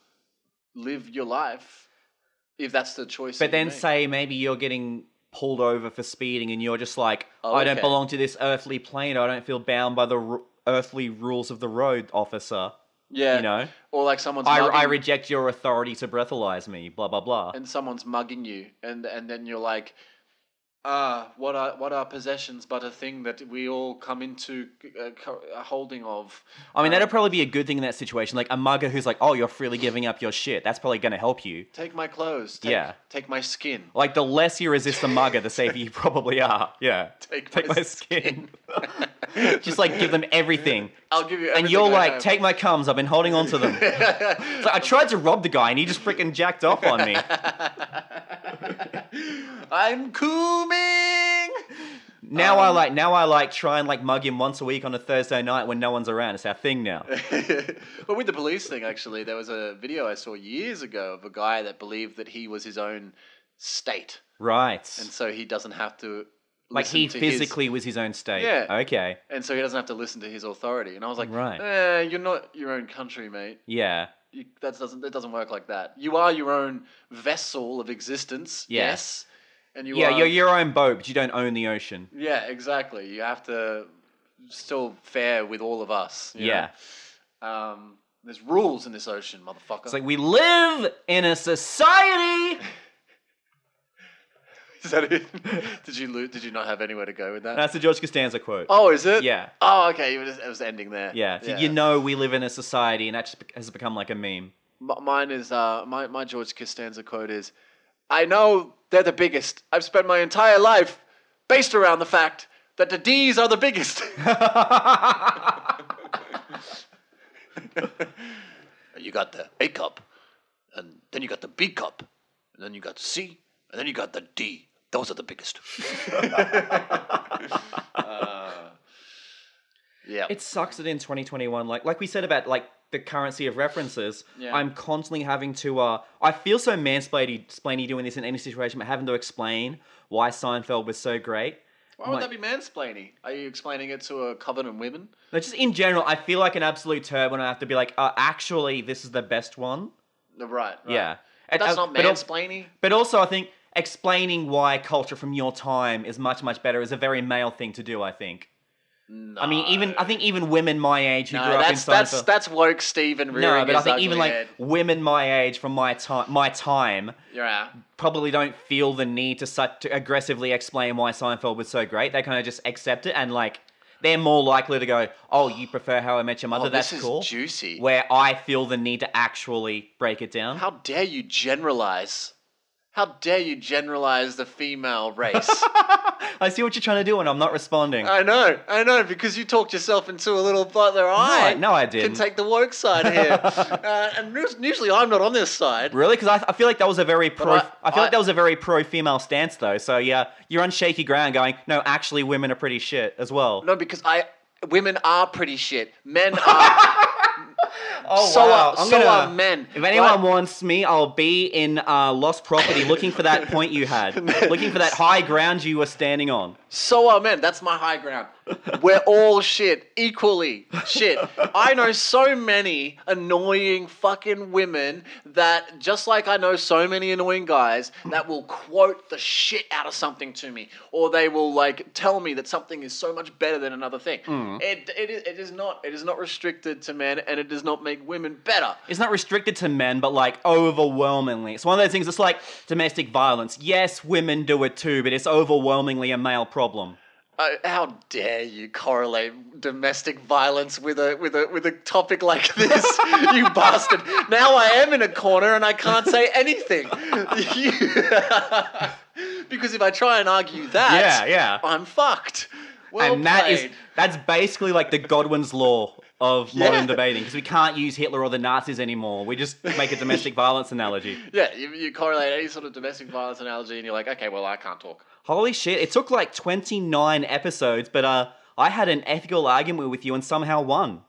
Speaker 2: live your life if that's the choice. that
Speaker 1: But
Speaker 2: you
Speaker 1: then
Speaker 2: make.
Speaker 1: say maybe you're getting pulled over for speeding and you're just like,
Speaker 2: Oh,
Speaker 1: I don't
Speaker 2: okay.
Speaker 1: belong to this earthly plane. I don't feel bound by the r- earthly rules of the road, officer.
Speaker 2: yeah,
Speaker 1: you know,
Speaker 2: or like someone's
Speaker 1: I,
Speaker 2: mugging,
Speaker 1: I reject your authority to breathalyze me, blah, blah, blah.
Speaker 2: and someone's mugging you, and and then you're like, ah, what are what are possessions but a thing that we all come into uh, co- uh, holding of?
Speaker 1: I mean, that'd probably be a good thing in that situation. Like a mugger who's like, oh, you're freely giving up your shit. That's probably going to help you.
Speaker 2: Take my clothes. Take,
Speaker 1: Yeah.
Speaker 2: Take my skin.
Speaker 1: Like the less you resist the mugger, the safer you probably are. Yeah.
Speaker 2: Take my
Speaker 1: skin. just like give them everything.
Speaker 2: I'll give you.
Speaker 1: And
Speaker 2: everything
Speaker 1: you're
Speaker 2: I
Speaker 1: like,
Speaker 2: have.
Speaker 1: take my cums. I've been holding on to them. it's like, I tried to rob the guy and he just freaking jacked off on me.
Speaker 2: I'm cooming.
Speaker 1: Now
Speaker 2: Um,
Speaker 1: I like, now I like try and like mug him once a week on a Thursday night when no one's around. It's our thing now.
Speaker 2: well, with the police thing, actually, there was a video I saw years ago of a guy that believed that he was his own state,
Speaker 1: Right.
Speaker 2: and so he doesn't have to
Speaker 1: Like
Speaker 2: listen
Speaker 1: he
Speaker 2: to
Speaker 1: physically was his own state.
Speaker 2: Yeah.
Speaker 1: Okay.
Speaker 2: his, and so he doesn't have to listen to his authority. And I was like,
Speaker 1: Right.
Speaker 2: eh, you're not your own country, mate.
Speaker 1: Yeah.
Speaker 2: You, that doesn't that doesn't work like that. You are your own vessel of existence.
Speaker 1: Yeah.
Speaker 2: Yes, and you
Speaker 1: yeah,
Speaker 2: are
Speaker 1: you're your own boat, but you don't own the ocean.
Speaker 2: yeah exactly. You have to still fare with all of us. you know?
Speaker 1: Yeah.
Speaker 2: Um, there's rules in this ocean, motherfucker.
Speaker 1: It's like we live in a society.
Speaker 2: Is that it? did you lo- did you not have anywhere to go with that?
Speaker 1: That's the George Costanza quote.
Speaker 2: oh, is it?
Speaker 1: Yeah.
Speaker 2: Oh, okay. You were just, it was ending there.
Speaker 1: Yeah. So You know we live in a society, and that just bec- has become like a meme.
Speaker 2: M- mine is uh, my my George Costanza quote is, "I know they're the biggest. I've spent my entire life based around the fact that the D's are the biggest." you got the A cup, and then you got the B cup, and then you got C, and then you got the D. Those are the biggest. yeah.
Speaker 1: It sucks that in 2021, like like we said about like the currency of references,
Speaker 2: Yeah.
Speaker 1: I'm constantly having to. uh I feel so mansplainy splainy doing this in any situation, but having to explain why Seinfeld was so great.
Speaker 2: Why would
Speaker 1: like-
Speaker 2: that be mansplaining? Are you explaining it to a covenant women?
Speaker 1: No, just in general, I feel like an absolute turd when I have to be like, uh, actually, this is the best one.
Speaker 2: No, Right. right.
Speaker 1: Yeah. And,
Speaker 2: That's
Speaker 1: uh,
Speaker 2: not
Speaker 1: but al-
Speaker 2: mansplaining.
Speaker 1: But also, I think explaining why culture from your time is much, much better is a very male thing to do. I think. I mean, even I think even women my age who
Speaker 2: No,
Speaker 1: grew up in
Speaker 2: that's that's
Speaker 1: Seinfeld.
Speaker 2: that's woke Stephen
Speaker 1: no,
Speaker 2: rearing
Speaker 1: but I
Speaker 2: his
Speaker 1: think
Speaker 2: ugly
Speaker 1: even like
Speaker 2: head.
Speaker 1: women my age from my time, my time
Speaker 2: You're out.
Speaker 1: probably don't feel the need to such to aggressively explain why Seinfeld was so great. They kind of just accept it and like they're more likely to go, "Oh, you prefer How I Met Your Mother?
Speaker 2: Oh,
Speaker 1: that's
Speaker 2: this is
Speaker 1: cool."
Speaker 2: juicy.
Speaker 1: Where I feel the need to actually break it down.
Speaker 2: How dare you generalize? How dare you generalize the female race?
Speaker 1: I see what you're trying to do, and I'm not responding.
Speaker 2: I know, I know, because you talked yourself into a little further. I
Speaker 1: no, I
Speaker 2: Can
Speaker 1: didn't.
Speaker 2: take the woke side here, uh, and us- usually I'm not on this side.
Speaker 1: Really? Because I, I feel like that was a very pro. I,
Speaker 2: I-
Speaker 1: feel like
Speaker 2: I-
Speaker 1: that was a very pro female stance, though. So yeah, you're on shaky ground, going, no, actually, women are pretty shit as well.
Speaker 2: No, because I women are pretty shit. Men are
Speaker 1: Oh
Speaker 2: So
Speaker 1: wow!
Speaker 2: are-
Speaker 1: I'm
Speaker 2: so
Speaker 1: gonna-
Speaker 2: are men,
Speaker 1: If anyone
Speaker 2: right?
Speaker 1: wants me, I'll be in uh, lost property, looking for that point you had, looking for that high ground you were standing on.
Speaker 2: So are men. That's my high ground. We're all shit, equally shit. I know so many annoying fucking women that, just like I know so many annoying guys, that will quote the shit out of something to me, or they will like tell me that something is so much better than another thing. It, it, is, it is not it is not restricted to men, and it does not make women better.
Speaker 1: It's not restricted to men, but like overwhelmingly, it's one of those things. It's like domestic violence. Yes, women do it too, but it's overwhelmingly a male problem.
Speaker 2: Uh, how dare you correlate domestic violence with a with a with a topic like this, you bastard! Now I am in a corner and I can't say anything. You- because if I try and argue that,
Speaker 1: Yeah, yeah.
Speaker 2: I'm fucked. Well
Speaker 1: and that is
Speaker 2: played.
Speaker 1: that's basically like the Godwin's law of
Speaker 2: Yeah.
Speaker 1: modern debating because we can't use Hitler or the Nazis anymore. We just make a domestic violence analogy.
Speaker 2: yeah. You, you correlate any sort of domestic violence analogy, and you're like, okay, well, I can't talk.
Speaker 1: Holy shit! It took like twenty nine episodes, but uh, I had an ethical argument with you and somehow won.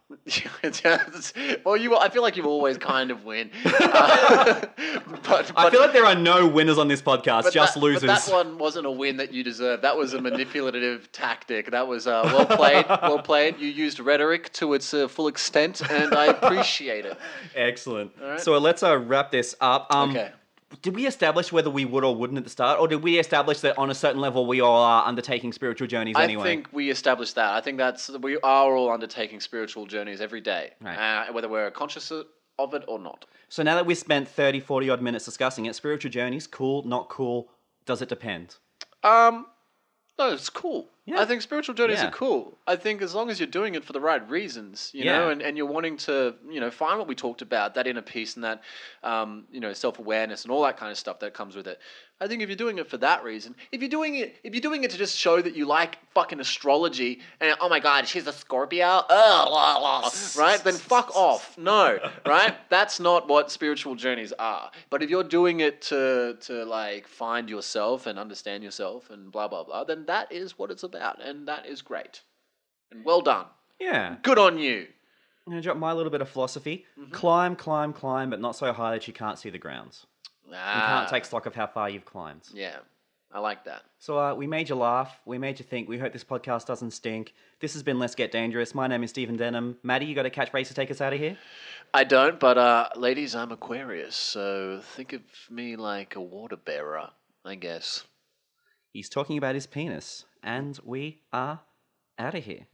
Speaker 2: well, you. I feel like you always kind of win. Uh,
Speaker 1: I
Speaker 2: but, but-
Speaker 1: feel like there are no winners on this podcast, just
Speaker 2: that,
Speaker 1: losers.
Speaker 2: But that one wasn't a win that you deserved. That was a manipulative tactic. That was uh, well played. Well played. You used rhetoric to its uh, full extent, and I appreciate it.
Speaker 1: Excellent.
Speaker 2: All right.
Speaker 1: So let's uh, wrap this up. Um,
Speaker 2: Okay.
Speaker 1: Did we establish whether we would or wouldn't at the start, or did we establish that on a certain level we all are undertaking spiritual journeys anyway?
Speaker 2: I think we established that. I think that's we are all undertaking spiritual journeys every day,
Speaker 1: Right.
Speaker 2: uh, whether we're conscious of it or not.
Speaker 1: So now that we've spent 30, 40 odd minutes discussing it, spiritual journeys, cool, not cool, does it depend?
Speaker 2: Um, no, it's cool.
Speaker 1: Yeah.
Speaker 2: I think spiritual journeys
Speaker 1: Yeah.
Speaker 2: are cool. I think as long as you're doing it for the right reasons, you
Speaker 1: Yeah.
Speaker 2: know, and, and you're wanting to, you know, find what we talked about, that inner peace and that, um, you know, self awareness and all that kind of stuff that comes with it. I think if you're doing it for that reason, if you're doing it, if you're doing it to just show that you like fucking astrology and oh my god, she's a Scorpio, ugh, la, la, right? Then fuck off. No, right? That's not what spiritual journeys are. But if you're doing it to to like find yourself and understand yourself and blah blah blah, then that is what it's about, and that is great. And well done.
Speaker 1: Yeah.
Speaker 2: Good on you.
Speaker 1: I'm going to drop my little bit of philosophy.
Speaker 2: Mm-hmm.
Speaker 1: Climb, climb, climb, but not so high that you can't see the grounds. You
Speaker 2: Ah,
Speaker 1: can't take stock of how far you've climbed.
Speaker 2: Yeah, I like that.
Speaker 1: So uh, we made you laugh. We made you think. We hope this podcast doesn't stink. This has been Let's Get Dangerous. My name is Stephen Denham. Maddie, you got a catchphrase to take us out of here?
Speaker 2: I don't, but uh, ladies, I'm Aquarius, so think of me like a water bearer, I guess.
Speaker 1: He's talking about his penis. And we are out of here.